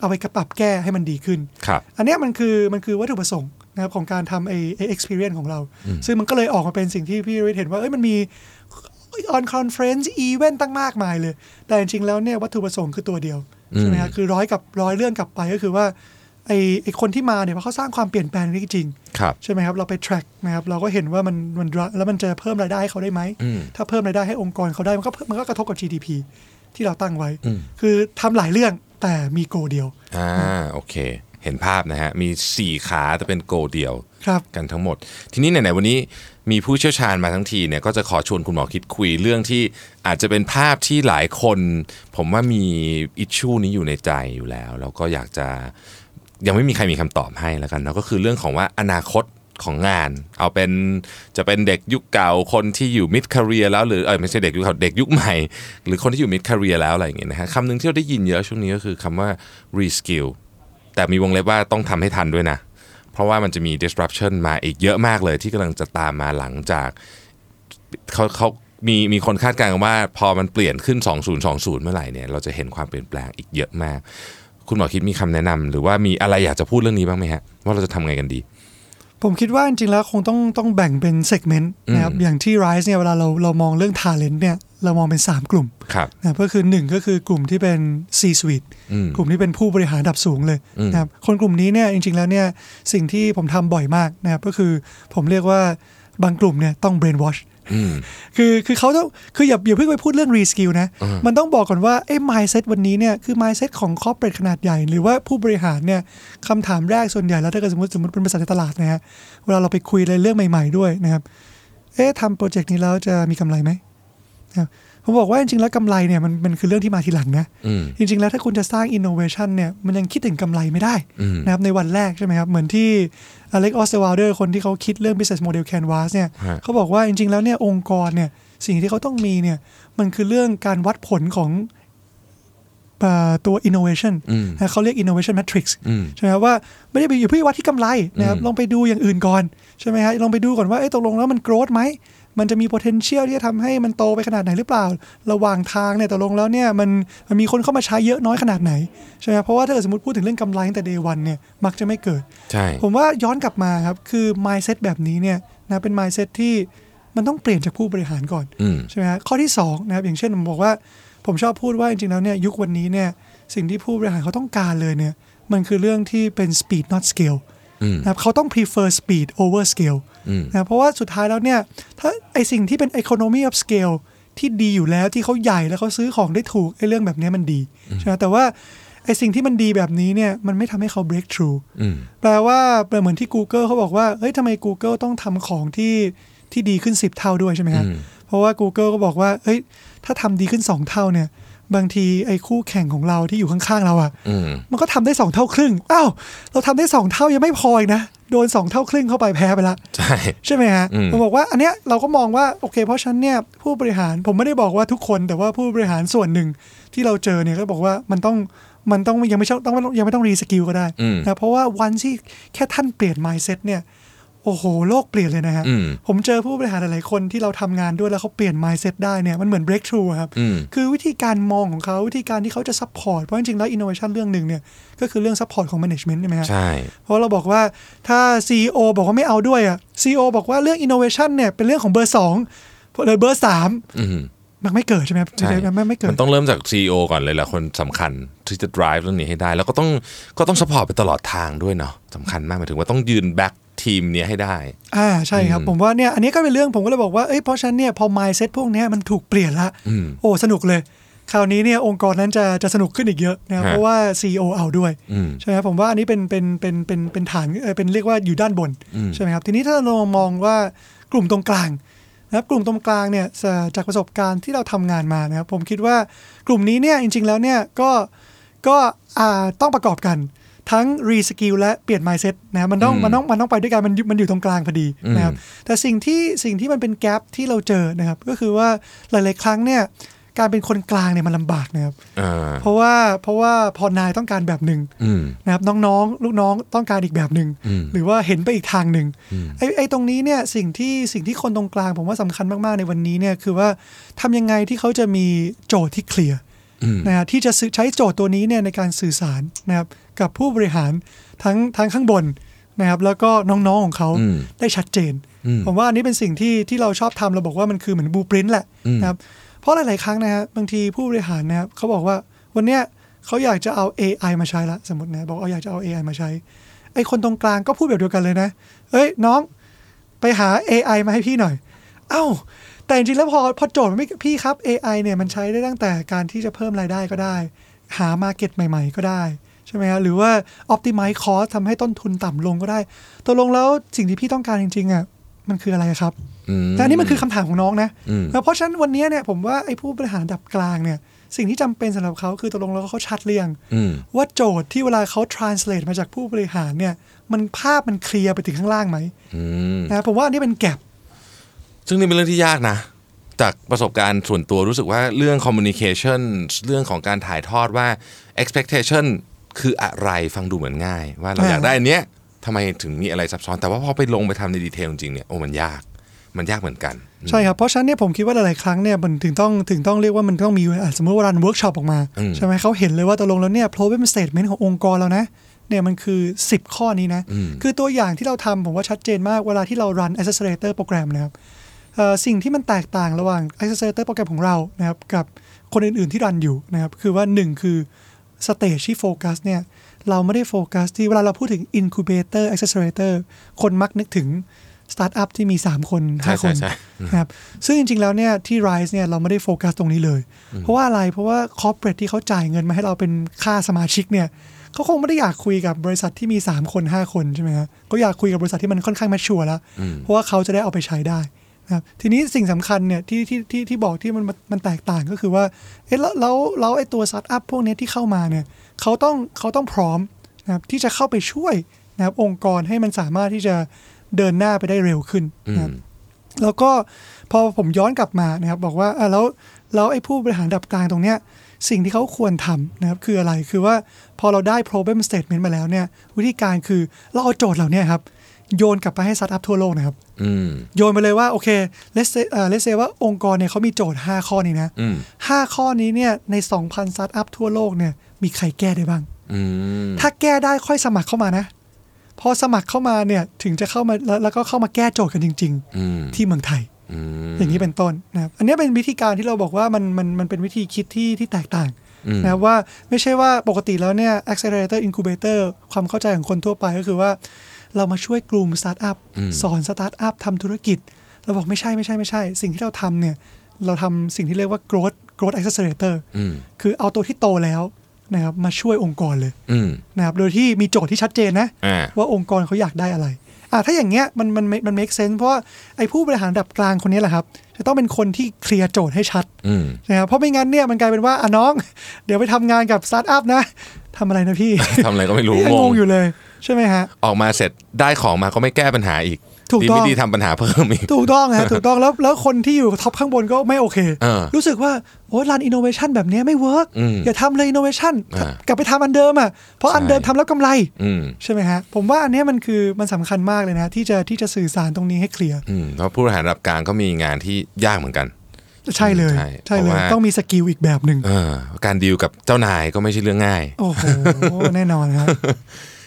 Speaker 3: เอาไปกระปรับแก้ให้มันดีขึ้น
Speaker 2: ครับ
Speaker 3: อันเนี้ยมันคือมันคือวัตถุประสงค์นะครับของการทำไอ้ไอ้ experience ของเรา ซึ่งมันก็เลยออกมาเป็นสิ่งที่พี่วิทย์เห็นว่าเอ้ยมันมี on conference event ตั้งมากมายเลย แต่จริงๆแล้วเนี่ยวัตถุประสงค์คือตัวเดียวใช่ไหมครับคือร้อยกับร้อยเรื่องกลับไปก็คือว่าไอ้ไอ้คนที่มาเนี่ยเพราะเขาสร้างความเปลี่ยนแปลงได้จริง
Speaker 2: ครับ
Speaker 3: ใช่ไหมครับ เราไป track นะครับเราก็เห็นว่ามันมัน drive แล้วมันจะเพิ่มรายได้ให้เขาได้ไหม
Speaker 2: อืม
Speaker 3: ถ้าเพิ่มรายได้ให้องค์กรเขาได้ มันก็เพิ่มมันก็กระทบกับ GDP ที่เราตั้งไว้ คือทำหลายเรื่องแต่มีโกเดียว
Speaker 2: อ่า โอเค เห็นภาพนะฮะ มี 4 ขาแต่เป็นโกเดียว
Speaker 3: ครับ
Speaker 2: กันทั้งหมด ทีนี้ไหนๆวันนี้มีผู้เชี่ยวชาญมาทั้งทีเนี่ยก็จะขอชวนคุณหมอคิดคุยเรื่องที่อาจจะเป็นภาพที่หลายคน ผมว่ามีอิชชูนี้อยู่ในใจอยู่แล้ว แล้วก็อยากจะยังไม่มีใครมีคำตอบให้แล้วกันเนาะก็คือเรื่องของว่าอนาคตของงาน เอาเป็นจะเป็นเด็กยุคเก่าคนที่อยู่มิดคาเรียแล้วหรือเออไม่ใช่เด็กยุคเก่าเด็กยุคใหม่ หรือคนที่อยู่มิดคาเรียแล้วอะไรอย่างเงี้ยนะฮะคำหนึ่งที่เราได้ยินเยอะช่วงนี้ก็คือคำว่า reskill แต่มีวงเล็บว่าต้องทำให้ทันด้วยนะ เพราะว่ามันจะมี disruption มาอีกเยอะมากเลยที่กำลังจะตามมาหลังจากเขาเขามีมีคนคาดการณ์กันว่าพอมันเปลี่ยนขึ้น 2020 เมื่อไหร่เนี่ยเราจะเห็นความเปลี่ยนแปลงอีกเยอะมาก คุณหมอคิดมีคำแนะนำหรือว่ามีอะไรอยากจะพูดเรื่องนี้บ้างไหมฮะ ว่าเราจะทำไงกันดี
Speaker 3: ผมคิดว่าจริงๆแล้วคงต้องต้องแบ่งเป็น segment นะครับ
Speaker 2: อืม
Speaker 3: อย่างที่ Rise เนี่ยเวลาเราเรามองเรื่อง talent เนี่ยเรามองเป็น 3 กลุ่ม
Speaker 2: ครับ
Speaker 3: นะครับก็คือ 1 ก็คือกลุ่มที่เป็น C suite
Speaker 2: อืม
Speaker 3: กลุ่มที่เป็นผู้บริหารระดับสูงเลยนะครับคนกลุ่มนี้เนี่ยจริงๆแล้วเนี่ยสิ่งที่ผมทำบ่อยมากนะครับก็คือผมเรียกว่าบางกลุ่มเนี่ยต้อง brainwash
Speaker 2: อืม
Speaker 3: คือคือเขาต้องคืออย่าอย่าเพิ่งไปพูดเรื่อง reskill นะ มันต้องบอกก่อนว่าเอ้ mindset วันนี้เนี่ยคือ mindset ของ corporate ขนาดใหญ่ หรือว่าผู้บริหารเนี่ยคำถามแรกส่วนใหญ่แล้วถ้าเกิดสมมติสมมติเป็นบริษัทในตลาดนะฮะเวลาเราไปคุยอะไรเรื่องใหม่ ๆ ด้วยนะครับ เอ๊ะทำโปรเจกต์นี้แล้วจะมีกำไรไหมนะครับผมบอกว่าจริงๆแล้วกำไรเนี่ยมันมันคือเรื่องที่มาทีหลังนะ
Speaker 2: อืม
Speaker 3: จริงๆ แล้วถ้าคุณจะสร้าง innovation เนี่ยมันยังคิดถึงกำไรไม่ได้
Speaker 2: อืม
Speaker 3: นะครับในวันแรกใช่ไหมครับ เหมือนที่อเล็กออสเตวาเดอร์คนที่เขาคิดเรื่อง business model canvas เนี่ย
Speaker 2: ฮะ
Speaker 3: เขาบอกว่าจริงๆ แล้วเนี่ยองค์กรเนี่ยสิ่งที่เขาต้องมีเนี่ยมันคือเรื่องการวัดผลของเอ่อตัว innovation
Speaker 2: อืม
Speaker 3: นะเขาเรียก innovation matrix
Speaker 2: อืม
Speaker 3: ใช่ไหมครับว่าไม่ได้ไปอยู่เพื่อวัดที่กำไรนะครับ
Speaker 2: อืม
Speaker 3: ลองไปดูอย่างอื่นก่อนใช่ไหมฮะลองไปดูก่อนว่าเอ้ยตกลงแล้วมัน growth ไหม มันจะมี potential ที่จะทำให้มันโตไปขนาดไหนหรือเปล่า ระหว่างทางเนี่ยตกลงแล้วเนี่ยมันมันมีคนเข้ามาใช้เยอะน้อยขนาดไหนใช่ไหมครับเพราะว่าถ้าเกิดสมมติพูดถึงเรื่องกำไรตั้งแต่ day one เนี่ยมักจะไม่เกิด
Speaker 2: ใช่
Speaker 3: ผมว่าย้อนกลับมาครับคือ mindset แบบนี้เนี่ยนะเป็น mindset ที่มันต้องเปลี่ยนจากผู้บริหารก่อน
Speaker 2: อืม
Speaker 3: ใช่ไหมฮะข้อที่2นะครับอย่างเช่นผมบอกว่าผมชอบพูดว่าจริงๆแล้วเนี่ยยุควันนี้เนี่ยสิ่งที่ผู้บริหารเขาต้องการเลยเนี่ยมันคือเรื่องที่เป็น speed not scale
Speaker 2: อืม
Speaker 3: นะครับเขาต้อง prefer speed over scale
Speaker 2: อืม
Speaker 3: นะครับเพราะว่าสุดท้ายแล้วเนี่ยถ้าไอสิ่งที่เป็น economy of scale ที่ดีอยู่แล้วที่เขาใหญ่แล้วเขาซื้อของได้ถูกไอเรื่องแบบเนี้ยมันดีใช่ไหมแต่ว่าไอสิ่งที่มันดีแบบนี้เนี่ยมันไม่ทำให้เขา break through
Speaker 2: อืม
Speaker 3: แปลว่าเหมือนที่ Google เขาบอกว่า เฮ้ยทำไม Google ต้องทำของที่ที่ดีขึ้น 10 เท่าด้วยใช่ไหมฮะ
Speaker 2: อืม
Speaker 3: เพราะว่า Google ก็บอกว่า เฮ้ย ถ้าทำดีขึ้น 2 เท่าเนี่ย บางทีไอ้คู่แข่งของเราที่อยู่ข้างๆเราอะ่ะ
Speaker 2: อืม
Speaker 3: มันก็ทำได้ 2 เท่าครึ่ง อ้าว เราทำได้ 2 เท่ายังไม่พออีกนะ โดน 2 เท่าครึ่งเข้าไปแพ้ไปละ
Speaker 2: ใช่
Speaker 3: ใช่ไหมฮะ
Speaker 2: อืม
Speaker 3: ผมบอกว่าอันเนี้ยเราก็มองว่าโอเค เพราะฉะนันเนี่ยผู้บริหารผมไม่ได้บอกว่าทุกคน แต่ว่าผู้บริหารส่วนหนึ่งที่เราเจอเนี่ยก็บอกว่ามันต้องมันต้องยังไม่ต้องต้องยังไม่ต้องรีสกิลก็ได้นะเพราะว่าวันที่แค่ท่านเปลี่ยน mindset เนี่ยโอ้โหโลกเปลี่ยนเลยนะฮะ
Speaker 2: อืม
Speaker 3: ผมเจอผู้บริหารหลายๆคนที่เราทำงานด้วยแล้วเขาเปลี่ยน mindset ได้เนี่ยมันเหมือน breakthrough อะครับ
Speaker 2: อืม
Speaker 3: คือวิธีการมองของเขาวิธีการที่เขาจะ support เพราะจริงๆแล้ว innovation เรื่องหนึ่งเนี่ยก็คือเรื่อง support ของ management ใช่ไหมฮะ
Speaker 2: ใช่
Speaker 3: เพราะเราบอกว่าถ้า CEO บอกว่าไม่เอาด้วยอ่ะ CEO บอกว่าเรื่อง innovation เนี่ยเป็นเรื่องของเบอร์2เลยเบอร์
Speaker 2: อืม
Speaker 3: 3 มันไม่เกิดใช่ไหมครับ
Speaker 2: ใช่
Speaker 3: มันไม่เกิด
Speaker 2: มันต้องเริ่มจาก CEO ก่อนเลยแหละคนสำคัญที่จะ drive เรื่องนี้ให้ได้ แล้วก็ต้องก็ต้อง support ไปตลอดทางด้วยเนาะสำคัญมากหมายถึงว่าต้องยืน back ทีมเนี้ยให้ได้
Speaker 3: อ่าใช่ครับ ผมว่าเนี่ยอันนี้ก็เป็นเรื่องผมก็เลยบอกว่าเอ้ยเพราะฉะนันเนี่ยพอ mindset พวกเนี้ยมันถูกเปลี่ยนละ โอ้ สนุกเลย คราวนี้เนี่ยองค์กรนั้นจะจะสนุกขึ้นอีกเยอะนะครับ
Speaker 2: ฮะ
Speaker 3: เพราะว่า CEO เอาด้วย
Speaker 2: อืม
Speaker 3: ใช่ไหมครับผมว่าอันนี้เป็นเป็นเป็นเป็นเป็นฐานเออเป็นเรียกว่าอยู่ด้านบน
Speaker 2: อืม
Speaker 3: ใช่ไหมครับทีนี้ถ้าเรามองว่ากลุ่มตรงกลางนะครับกลุ่มตรงกลางเนี่ยสะจากประสบการณ์ที่เราทำงานมานะครับผมคิดว่ากลุ่มนี้เนี่ยจริง ๆ แล้วเนี่ยก็ก็อ่าต้องประกอบกันทั้งรีสกิลและเปลี่ยน mindset นะครับมันต้องมันต้องมันต้องไปด้วยกันมันอยู่มันอยู่ตรงกลางพอดีนะครับแต่สิ่งที่สิ่งที่มันเป็นแกลบที่เราเจอนะครับก็คือว่าหลาย ๆ ครั้งเนี่ยการเป็นคนกลางเนี่ยมันลำบากนะครับ
Speaker 2: อ่า
Speaker 3: เพราะว่าเพราะว่าพอนายต้องการแบบหนึ่ง
Speaker 2: อืม
Speaker 3: นะครับน้องๆ ลูกน้องต้องการอีกแบบหนึ
Speaker 2: อืม่
Speaker 3: งหรือว่าเห็นไปอีกทางหนึ่ง
Speaker 2: อืม
Speaker 3: ไอ้ไอ้ตรงนี้เนี่ยสิ่งที่สิ่งที่คนตรงกลางผมว่าสำคัญมากๆในวันนี้เนี่ยคือว่าทำยังไงที่เขาจะมีโจทย์ที่เคลียร์
Speaker 2: อืม
Speaker 3: นะฮะที่จะสื่อใช้โจทย์ตัวนี้เนี่ยในการสื่อสารนะครับกับผู้บริหารทั้งทั้งข้างบนนะครับแล้วก็น้องๆของเขา
Speaker 2: อืม
Speaker 3: ได้ชัดเจน
Speaker 2: อืม
Speaker 3: ผมว่าอันนี้เป็นสิ่งที่ที่เราชอบทำเราบอกว่ามันคือเหมือนบูปรินต์แหละ
Speaker 2: อืม
Speaker 3: นะครับเพราะหลาย ๆ ครั้งนะฮะบางทีผู้บริหารนะครับเขาบอกว่าวันเนี้ยเขาอยากจะเอา AI มาใช้ละสมมตินะบอกเอาอยากจะเอา AI มาใช้ไอคนตรงกลางก็พูดแบบเดียวกันเลยนะ เอ้ยน้องไปหา AI มาให้พี่หน่อย เอ้า แต่จริงๆแล้วพอพอโจทย์มันไม่พี่ครับ AI เนี่ยมันใช้ได้ตั้งแต่การที่จะเพิ่มรายได้ก็ได้ หา Market ใหม่ ๆ ก็ได้ใช่ไหมฮะหรือว่า Optimize Cost ทำให้ต้นทุนต่ำลงก็ได้ตกลงแล้วสิ่งที่พี่ต้องการจริงๆอ่ะมันคืออะไรครับ
Speaker 2: อืม
Speaker 3: แต่อันนี้มันคือคำถามของน้องนะ
Speaker 2: อืม
Speaker 3: แล้วเพราะฉะนั้นวันนี้เนี่ยผมว่าไอ้ผู้บริหารระดับกลางเนี่ยสิ่งที่จำเป็นสำหรับเขาคือตกลงแล้วเขาชัดหรือยัง
Speaker 2: อืม
Speaker 3: ว่าโจทย์ที่เวลาเขา translate มาจากผู้บริหารเนี่ยมันภาพมันเคลียร์ไปถึงข้างล่างไหม
Speaker 2: อืม
Speaker 3: นะผมว่าอันนี้เป็นแกลบ
Speaker 2: ซึ่งนี่เป็นเรื่องที่ยากนะ จากประสบการณ์ส่วนตัวรู้สึกว่าเรื่อง communication เรื่องของการถ่ายทอดว่า expectation คืออะไรฟังดูเหมือนง่าย ว่าเรา
Speaker 3: อ่า
Speaker 2: อยากได้อันเนี้ยทำไมถึงมีอะไรซับซ้อน แต่ว่าพอไปลงไปทำในดีเทลจริงๆเนี่ยโอ้มันยากมันยากเหมือนกัน
Speaker 3: ใช่ครับ เพราะฉะนั้นเนี่ยผมคิดว่าหลายๆครั้งเนี่ยมันถึงต้องถึงต้องเรียกว่ามันต้องมีอ่ะสมมติว่ารันเวิร์กช็อปออกมา
Speaker 2: อืม
Speaker 3: ใช่ไหมเขาเห็นเลยว่าตกลงแล้วเนี่ย problem statement ขององค์กรเรานะเนี่ยมันคือ 10 ข้อนี้นะ
Speaker 2: อืม
Speaker 3: คือตัวอย่างที่เราทำผมว่าชัดเจนมากเวลาที่เรารัน accelerator program นะครับเอ่อสิ่งที่มันแตกต่างระหว่าง accelerator program ของเรานะครับกับคนอื่นๆที่รันอยู่นะครับคือว่าหนึ่งคือ stage ที่โฟกัสเนี่ยเราไม่ได้โฟกัสที่เวลาเราพูดถึง incubator accelerator คนมักนึกถึงสตาร์ทอัพที่มี 3 คน
Speaker 2: ใช่
Speaker 3: 5 คน
Speaker 2: ใช่ใช่
Speaker 3: นะครับซึ่งจริงๆ แล้วเนี่ยที่ Rise เนี่ยเราไม่ได้โฟกัสตรงนี้เลย เพราะว่าอะไรเพราะว่าคอร์เปรทที่เขาจ่ายเงินมาให้เราเป็นค่าสมาชิกเนี่ยเขาคงไม่ได้อยากคุยกับบริษัทที่มี 3 คน 5 คนใช่ไหมฮะเขาอยากคุยกับบริษัทที่มันค่อนข้างแมชชัวร์แล้ว เพราะว่าเขาจะได้เอาไปใช้ได้นะครับทีนี้สิ่งสำคัญเนี่ยที่ที่ที่ที่บอกที่มันมันแตกต่างก็คือว่าเอ๊ะแล้วแล้วแล้วไอ้ตัวสตาร์ทอัพพวกเนี้ยที่เข้ามาเนี่ยเขาต้องเขาต้องพร้อมนะครับที่จะเข้าไปช่วยนะครับองค์กรให้มันสามารถที่จะเดินหน้าไปได้เร็วขึ้นนะครับ แล้วก็พอผมย้อนกลับมานะครับบอกว่าอ่ะแล้วแล้วไอ้ผู้บริหารระดับกลางตรงเนี้ยสิ่งที่เขาควรทำนะครับคืออะไรคือว่าพอเราได้ problem statement มาแล้วเนี่ยวิธีการคือเราเอาโจทย์เหล่าเนี้ยครับโยนกลับไปให้สตาร์ทอัพทั่วโลกนะครับ
Speaker 2: อืม
Speaker 3: โยนไปเลยว่า โอเค let's say เอ่อ let's say ว่าองค์กรเนี่ยเขามีโจทย์ 5 ข้อนี้นะ
Speaker 2: อืม
Speaker 3: 5 ข้อนี้เนี่ยใน 2,000สตาร์ทอัพทั่วโลกเนี่ยมีใครแก้ได้บ้าง
Speaker 2: อืม
Speaker 3: ถ้าแก้ได้ค่อยสมัครเข้ามานะ พอสมัครเข้ามาเนี่ยถึงจะเข้ามาแล้วแล้วก็เข้ามาแก้โจทย์กันจริง
Speaker 2: อืม
Speaker 3: ๆ ที่เมืองไทย
Speaker 2: อืม
Speaker 3: อย่างนี้เป็นต้นนะครับอันนี้เป็นวิธีการที่เราบอกว่ามันมันมันเป็นวิธีคิดที่ที่แตกต่าง
Speaker 2: อืม
Speaker 3: นะครับว่าไม่ใช่ว่าปกติแล้วเนี่ย accelerator incubator ความเข้าใจของคนทั่วไปก็คือว่าเรามาช่วยกลุ่มสตาร์ทอัพสอนสตาร์ทอัพทำธุรกิจ เราบอกไม่ใช่ไม่ใช่ไม่ใช่ สิ่งที่เราทำเนี่ยเราทำสิ่งที่เรียกว่า growth growth accelerator
Speaker 2: อืม
Speaker 3: คือเอาตัวที่โตแล้วนะครับมาช่วยองค์กรเลย
Speaker 2: อืม
Speaker 3: นะครับโดยที่มีโจทย์ที่ชัดเจนนะ
Speaker 2: อ่า
Speaker 3: ว่าองค์กรเขาอยากได้อะไรอ่ะถ้าอย่างเงี้ยมันมันมัน make sense เพราะว่าไอ้ผู้บริหารระดับกลางคนนี้แหละครับ จะต้องเป็นคนที่เคลียร์โจทย์ให้ชัด
Speaker 2: อืม
Speaker 3: นะครับเพราะไม่งั้นเนี่ยมันกลายเป็นว่าอ่ะน้อง เดี๋ยวไปทำงานกับสตาร์ทอัพนะทำอะไรนะพี่
Speaker 2: ทำอะไรก็ไม่รู้
Speaker 3: นี่ยัง
Speaker 2: ง
Speaker 3: ง
Speaker 2: ง
Speaker 3: งอยู่เลย ใช่ไหมฮะ
Speaker 2: ออกมาเสร็จได้ของมาก็ไม่แก้ปัญหาอีก
Speaker 3: ถูก
Speaker 2: ดี
Speaker 3: ต้อง
Speaker 2: ไม่ดีทำปัญหาเพิ่มอีก
Speaker 3: ถูกต้องฮะ ถูกต้องแล้วแล้วคนที่อยู่ท็อปข้างบนก็ไม่โอเค
Speaker 2: เออ
Speaker 3: รู้สึกว่าโอ้รันอินโนเวชันแบบเนี้ยไม่เวิร์ก
Speaker 2: อืม
Speaker 3: อย่าทำเลยอินโนเวชัน
Speaker 2: อ่าก
Speaker 3: ลับไปทำอันเดิมอ่ะเพราะอัน
Speaker 2: ใช่
Speaker 3: เดิมทำแล้วกำไร
Speaker 2: อืม
Speaker 3: ใช่ไหมฮะผมว่าอันเนี้ยมันคือมันสำคัญมากเลยนะที่จะที่จะสื่อสารตรงนี้ให้เคลียร์
Speaker 2: อืมเพราะผู้บริหารระดับกลางก็มีงานที่ยากเหมือนกัน
Speaker 3: ใช่เลย
Speaker 2: ใช่
Speaker 3: ใช่
Speaker 2: เพ
Speaker 3: เลย
Speaker 2: ราะว่า
Speaker 3: ต้องมีสกิลอีกแบบหนึ่ง
Speaker 2: เออการดีลกับเจ้านายก็ไม่ใช่เรื่องง่าย
Speaker 3: โอ้โห แน่นอนครับ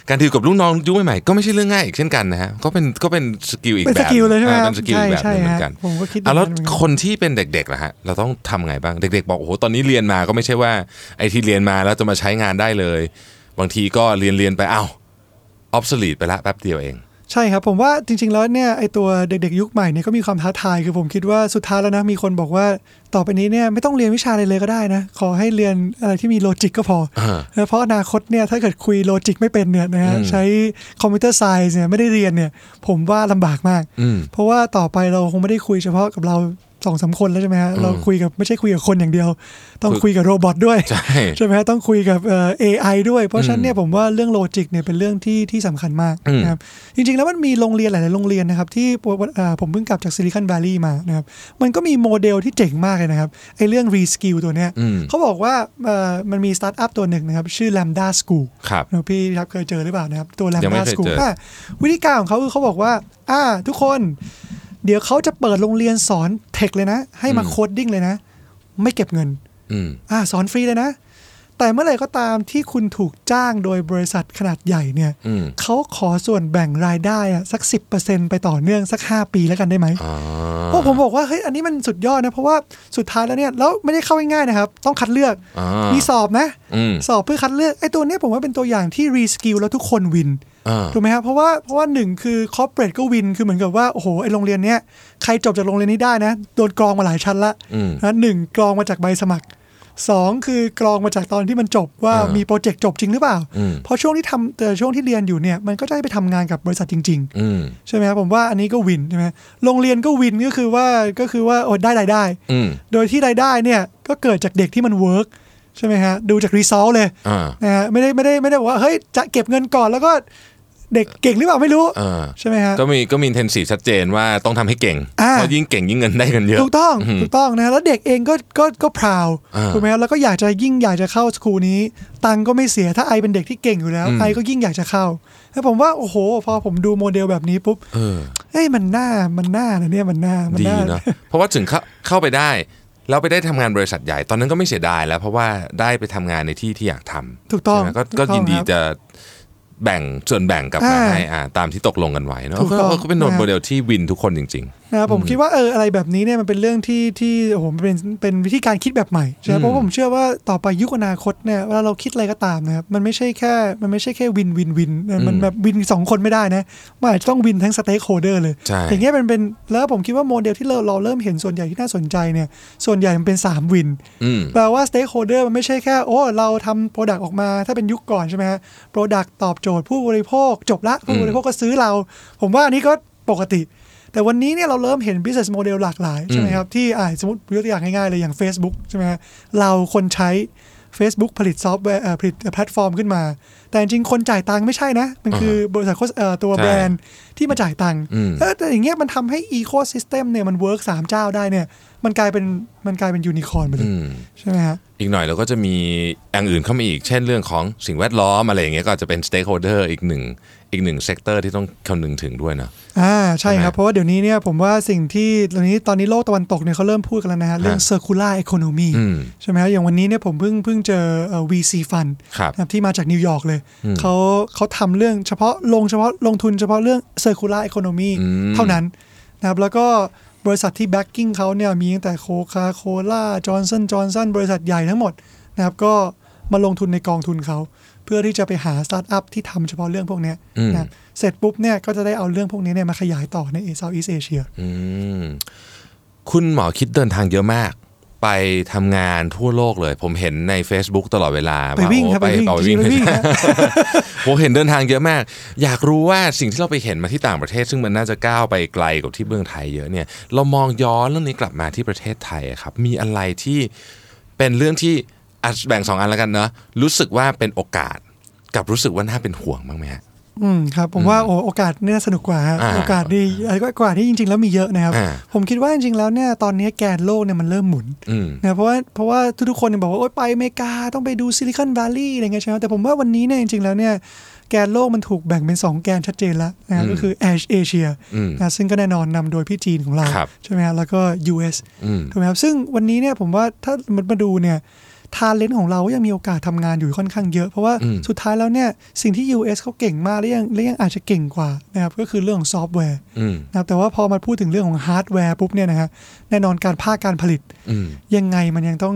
Speaker 2: การดีลกับลูกน้องยุคใหม่ๆก็ไม่ใช่เรื่องง่ายอีกเช่นกันนะฮะก็เป็นก็เป็นสกิลอีก
Speaker 3: เป็น
Speaker 2: แบ
Speaker 3: ส
Speaker 2: บ
Speaker 3: กิลเลยใช่ไหม
Speaker 2: อ่า
Speaker 3: ครับ
Speaker 2: เป็นสกิลอีกแบบหนึงเหมือนกัน
Speaker 3: ใช่ใช่ฮะผมก็คิด
Speaker 2: อ่ะแล้ว
Speaker 3: แบบนั้นเหมือนกัน
Speaker 2: คนที่เป็นเด็กๆล่ะฮะเราต้องทำไงบ้างเด็ก ๆ บอกโอ้โหตอนนี้เรียนมาก็ไม่ใช่ว่าไอที่เรียนมาแล้วจะมาใช้งานได้เลย บางทีก็เรียนเรียนๆไปเอ้า obsolete ไปละแป๊บเดียวเอง
Speaker 3: ใช่ครับผมว่าจริง ๆ แล้วเนี่ยไอตัวเด็ก ๆ ยุคใหม่เนี่ยก็มีความท้าทายคือผมคิดว่าสุดท้ายแล้วนะมีคนบอกว่าต่อไปนี้เนี่ยไม่ต้องเรียนวิชาอะไรเลยก็ได้นะ ขอให้เรียนอะไรที่มีโลจิกก็พอนะเพราะอนาคตเนี่ยถ้าเกิดคุยโลจิกไม่เป็นเนี่ยนะฮะใช้คอมพิวเตอร์ไซส์เนี่ยไม่ได้เรียนเนี่ยผมว่าลำบากมาก
Speaker 2: อืม
Speaker 3: เพราะว่าต่อไปเราคงไม่ได้คุยเฉพาะกับเราสองสามคนแล้วใช่ไหมฮะเราคุยกับไม่ใช่คุยกับคนอย่างเดียว ต้องคุยกับโรบอทด้วย
Speaker 2: ใช่
Speaker 3: ใช่ไหมฮะต้องคุยกับเอ่อ AI ด้วย เพราะฉะนั้นเนี่ยผมว่าเรื่องโลจิกเนี่ยเป็นเรื่องที่ที่สำคัญมาก
Speaker 2: อืม
Speaker 3: นะครับจริงๆแล้วมันมีโรงเรียนหลายๆโรงเรียนนะครับที่ผมเอ่อผมเพิ่งกลับจากซิลิคอนแวลลีมานะครับมันก็มีโมเดลที่เจ๋งมากเลยนะครับไอ้เรื่องรีสกิลตัวเนี้ย
Speaker 2: อืม
Speaker 3: เขาบอกว่าเอ่อมันมีสตาร์ทอัพตัวหนึ่งนะครับชื่อ Lambda School
Speaker 2: ครับ
Speaker 3: นะพี่ครับเคยเจอหรือเปล่านะครับ ตัว
Speaker 2: ยังไม่
Speaker 3: Lambda
Speaker 2: เคย
Speaker 3: School
Speaker 2: เจออ่
Speaker 3: อ่ะวิธีการของเขาคือเขาบอกว่า อ่า ทุกคน เดี๋ยวเขาจะเปิดโรงเรียนสอนเทคเลยนะ ให้มาโคดดิ้งเลยนะ ไม่เก็บเงิน
Speaker 2: อืม
Speaker 3: อ่าสอนฟรีเลยนะ แต่เมื่อไหร่ก็ตามที่คุณถูกจ้างโดยบริษัทขนาดใหญ่เนี่ย
Speaker 2: อืม
Speaker 3: เขาขอส่วนแบ่งรายได้อะสัก 10%ไปต่อเนื่องสัก 5 ปีแล้วกันได้ไหม
Speaker 2: อ๋อ
Speaker 3: พวกผมบอกว่าเฮ้ยอันนี้มันสุดยอดนะ เพราะว่าสุดท้ายแล้วเนี่ยแล้วไม่ได้เข้าง่ายๆนะครับ ต้องคัดเลือก
Speaker 2: อ่า
Speaker 3: มีสอบนะ
Speaker 2: อืม
Speaker 3: สอบเพื่อคัดเลือกไอ้ตัวเนี้ยผมว่าเป็นตัวอย่างที่รีสกิลแล้วทุกคนวิน
Speaker 2: อ่า
Speaker 3: ถูกไหมครับเพราะว่าเพราะว่าหนึ่งคือคอร์เปรสก็วินคือเหมือนกับว่าโอ้โหไอโรงเรียนเนี้ยใครจบจากโรงเรียนนี้ได้นะ โดนกรองมาหลายชั้นละ
Speaker 2: อืม
Speaker 3: นะหนึ่งกรองมาจากใบสมัครสองคือกรองมาจากตอนที่มันจบว่า
Speaker 2: อ่ามี
Speaker 3: มีโปรเจกต์จบจริงหรือเปล่า
Speaker 2: อืม
Speaker 3: เพราะช่วงที่ทำแต่ช่วงที่เรียนอยู่เนี่ยมันก็จะได้ไปทำงานกับบริษัทจริง ๆ
Speaker 2: อืม
Speaker 3: ใช่ไหมครับผมว่าอันนี้ก็วินใช่ไหมโรงเรียนก็วินก็คือว่าก็คือว่าโอ้ได้รายได้
Speaker 2: อืม
Speaker 3: โดยที่รายได้เนี่ยก็เกิดจากเด็กที่มันเวิร์กใช่ไหมฮะดูจากรีซอสเลย
Speaker 2: อ่า
Speaker 3: นะฮะไม่ได้ไม่ได้ไม่ได้บอกว่าเฮ้ยจะเก็บเงินก่อนแล้วก็เด็กเก่งหรือเปล่าไม่รู้
Speaker 2: เออ
Speaker 3: ใช่ไหมฮะ
Speaker 2: ก็มีก็มีเทนสีชัดเจนว่าต้องทำให้เก่ง
Speaker 3: อ่า
Speaker 2: เพราะยิ่งเก่งยิ่งเงินได้กันเยอะ
Speaker 3: ถูกต้องถูกต้องนะฮะแล้วเด็กเองก็ก็ก็พราว
Speaker 2: อ่า
Speaker 3: ถูกไหมฮะแล้วก็อยากจะยิ่งอยากจะเข้าสกูลนี้ ตังค์ก็ไม่เสียถ้าไอเป็นเด็กที่เก่งอยู่แล้ว
Speaker 2: อืม
Speaker 3: ไอก็ยิ่งอยากจะเข้าแล้วผมว่าโอ้โห พอผมดูโมเดลแบบนี้ปุ๊บ
Speaker 2: เออ
Speaker 3: เอ้ยมันน่ามันน่านะเนี่ยมันน่ามัน
Speaker 2: ดี
Speaker 3: น่า
Speaker 2: เนาะ เพราะว่าถึงเข้าเข้าไปได้แล้วไปได้ทำงานบริษัทใหญ่ ตอนนั้นก็ไม่เสียดายแล้ว เพราะว่าได้ไปทำงานในที่ที่อยากทำ
Speaker 3: ถูกต้อง
Speaker 2: ใช่ไหม
Speaker 3: ถู
Speaker 2: ก็
Speaker 3: กต้อง
Speaker 2: ยินดี
Speaker 3: ครับ
Speaker 2: จะแบ่งส่วนแบ่งกลับมา
Speaker 3: อ่า
Speaker 2: ให้อ่าตามที่ตกลงกันไว้เนาะ
Speaker 3: ถูกต้อง
Speaker 2: เออก็เป็น
Speaker 3: นะครับ
Speaker 2: โมเดลที่วินทุกคนจริง
Speaker 3: นะครับผมคิดว่าเอออะไรแบบนี้เนี่ยมันเป็นเรื่องที่ที่โอ้โหมันเป็นเป็นวิธีการคิดแบบใหม่ใช่ไหม
Speaker 2: อืม
Speaker 3: เพราะว่าผมเชื่อว่าต่อไปยุคอนาคตเนี่ยเวลาเราคิดอะไรก็ตามนะครับมันไม่ใช่แค่มันไม่ใช่แค่วินวินวินมันแบบวินสองคนไม่ได้นะมันอาจจะต้องวินทั้งสเต็กโฮเดอร์เลย
Speaker 2: ๆ ใช่
Speaker 3: อย่างเงี้ยเป็นเป็นแล้วผมคิดว่าโมเดลที่เราเราเริ่มเห็นส่วนใหญ่ที่น่าสนใจเนี่ยส่วนใหญ่มันเป็น 3 วิน
Speaker 2: อืม
Speaker 3: แปลว่า stakeholder มันไม่ใช่แค่ โอ้เราทำ Product ออกมาถ้าเป็นยุคก่อนใช่ไหมฮะ Product ตอบโจทย์ผู้บริโภค จบละผู้บริโภคก็ซื้อเรา ผมว่าอันนี้ก็ปกติ แต่วันนี้เนี่ยเราเริ่มเห็น business model หลากหลาย ใช่ไหมครับ ที่อ่าสมมติยกตัวอย่างง่ายๆเลยอย่าง Facebook ใช่ไหมฮะเราคนใช้ Facebook ผลิตซอฟต์แวร์เอ่อผลิตแพลตฟอร์มขึ้นมา แต่จริงๆคนจ่ายตังค์ไม่ใช่นะ มันคือบริษัทโฆษเอ่อตัว
Speaker 2: ใช่
Speaker 3: แบรนด์ที่มาจ่ายตังค์
Speaker 2: อืม
Speaker 3: เออแต่อย่างเงี้ยมันทำให้ ecosystem เนี่ยมัน work สามเจ้าได้เนี่ย มันกลายเป็นมันกลายเป็นยูนิคอร์นไปเลย
Speaker 2: อืม
Speaker 3: ใช่ไหมฮะ
Speaker 2: อีกหน่อยเราก็จะมีอย่างอื่นเข้ามาอีก เช่นเรื่องของสิ่งแวดล้อมอะไรอย่างเงี้ยก็อาจจะเป็น stakeholder อีกหนึ่งอีกหนึ่งเซกเตอร์ที่ต้องคำนึงถึงด้วยนะ
Speaker 3: อ่าใช่
Speaker 2: ใช่ไหม
Speaker 3: ครับ เพราะว่าเดี๋ยวนี้เนี่ยผมว่าสิ่งที่ตอนนี้ตอนนี้โลกตะวันตกเนี่ยเขาเริ่มพูดกันแล้วนะฮะเรื่อง circular economy
Speaker 2: อืม
Speaker 3: ใช่ไหมฮะอย่างวันนี้เนี่ยผมเพิ่งเพิ่งเจอเอ่อ VC fund
Speaker 2: ครับ
Speaker 3: นะที่มาจากนิวยอร์กเลยเขาเขาทำเรื่องเฉพาะลงเฉพาะลงทุนเฉพาะเรื่อง circular economy
Speaker 2: อืม
Speaker 3: เท่านั้นนะครับแล้วก็บริษัทที่ backing เขาเนี่ยมีตั้งแต่โคคาโคล่าจอร์นสันจอร์นสันบริษัทใหญ่ทั้งหมดนะครับก็มาลงทุนในกองทุนเขา เพื่อที่จะไปหาสตาร์ทอัพที่ทำเฉพาะเรื่องพวกเนี้ย
Speaker 2: อืม
Speaker 3: นะครับ เสร็จปุ๊บเนี่ยก็จะได้เอาเรื่องพวกนี้เนี่ยมาขยายต่อในเอ o u t h อีสเอเชีย
Speaker 2: อืมคุณหมอคิดเดินทางเยอะมาก ไปทำงานทั่วโลกเลย ผมเห็นใน Facebook ตลอดเวลา
Speaker 3: ไปวิ่ง
Speaker 2: า
Speaker 3: ครับ
Speaker 2: โอ้
Speaker 3: ไปวิ่ง
Speaker 2: ไป
Speaker 3: จริ
Speaker 2: วิ่
Speaker 3: ง
Speaker 2: ง
Speaker 3: ๆไปวิ่งครับ
Speaker 2: ผมเห็นเดินทางเยอะมาก อยากรู้ว่าสิ่งที่เราไปเห็นมาที่ต่างประเทศ ซึ่งมันน่าจะก้าวไปไกลกว่าที่เมืองไทยเยอะเนี่ย เรามองย้อนเรื่องนี้กลับมาที่ประเทศไทยอะครับ มีอะไรที่เป็นเรื่องที่อ่ะแบ่งสองอันแล้วกันเนาะรู้สึกว่าเป็นโอกาส กับรู้สึกว่าน่าเป็นห่วงบ้างไหมฮะ
Speaker 3: อืมครับผมว่าโอโอกาสเนี่ยสนุกกว่าฮะ
Speaker 2: อ่า
Speaker 3: โอกาสดีอะไรก็กว่าที่จริง ๆ แล้วมีเยอะนะครับ
Speaker 2: อ่า
Speaker 3: ผมคิดว่าจริงๆแล้วเนี่ยตอนนี้แกนโลกเนี่ยมันเริ่มหมุน
Speaker 2: อืม
Speaker 3: นะเพราะว่าเพราะว่าทุกๆคนเนี่ยบอกว่า โอ๊ยไปอเมริกาต้องไปดูซิลิคอนวัลลีย์อะไรเงี้ยใช่ไหมแต่ผมว่าวันนี้เนี่ยจริงๆแล้วเนี่ยแกนโลกมันถูกแบ่งเป็น 2 แกนชัดเจนแล้วนะครับก็คือเอเชีย
Speaker 2: อืม
Speaker 3: นะซึ่งก็แน่นอนนำโดยพี่จีนของเรา
Speaker 2: ครับ
Speaker 3: ใช่ไหมฮะแล้วก็ US
Speaker 2: อืม
Speaker 3: ถูกไหมครับซึ่งวันนี้เนี่ยผมว่าถ้ามันมาดูเนี่ยทาเลนต์ของเราก็ยังมีโอกาสทำงานอยู่ค่อนข้างเยอะ เพราะว่าสุดท้ายแล้วเนี่ยสิ่งที่ US เขาเก่งมากและยังและยังอาจจะเก่งกว่านะครับก็คือเรื่องของซอฟต์แวร์
Speaker 2: อืม
Speaker 3: นะครับแต่ว่าพอมาพูดถึงเรื่องของฮาร์ดแวร์ปุ๊บเนี่ยนะฮะแน่นอนการภาคการผลิต
Speaker 2: อืม
Speaker 3: ยังไงมันยังต้อง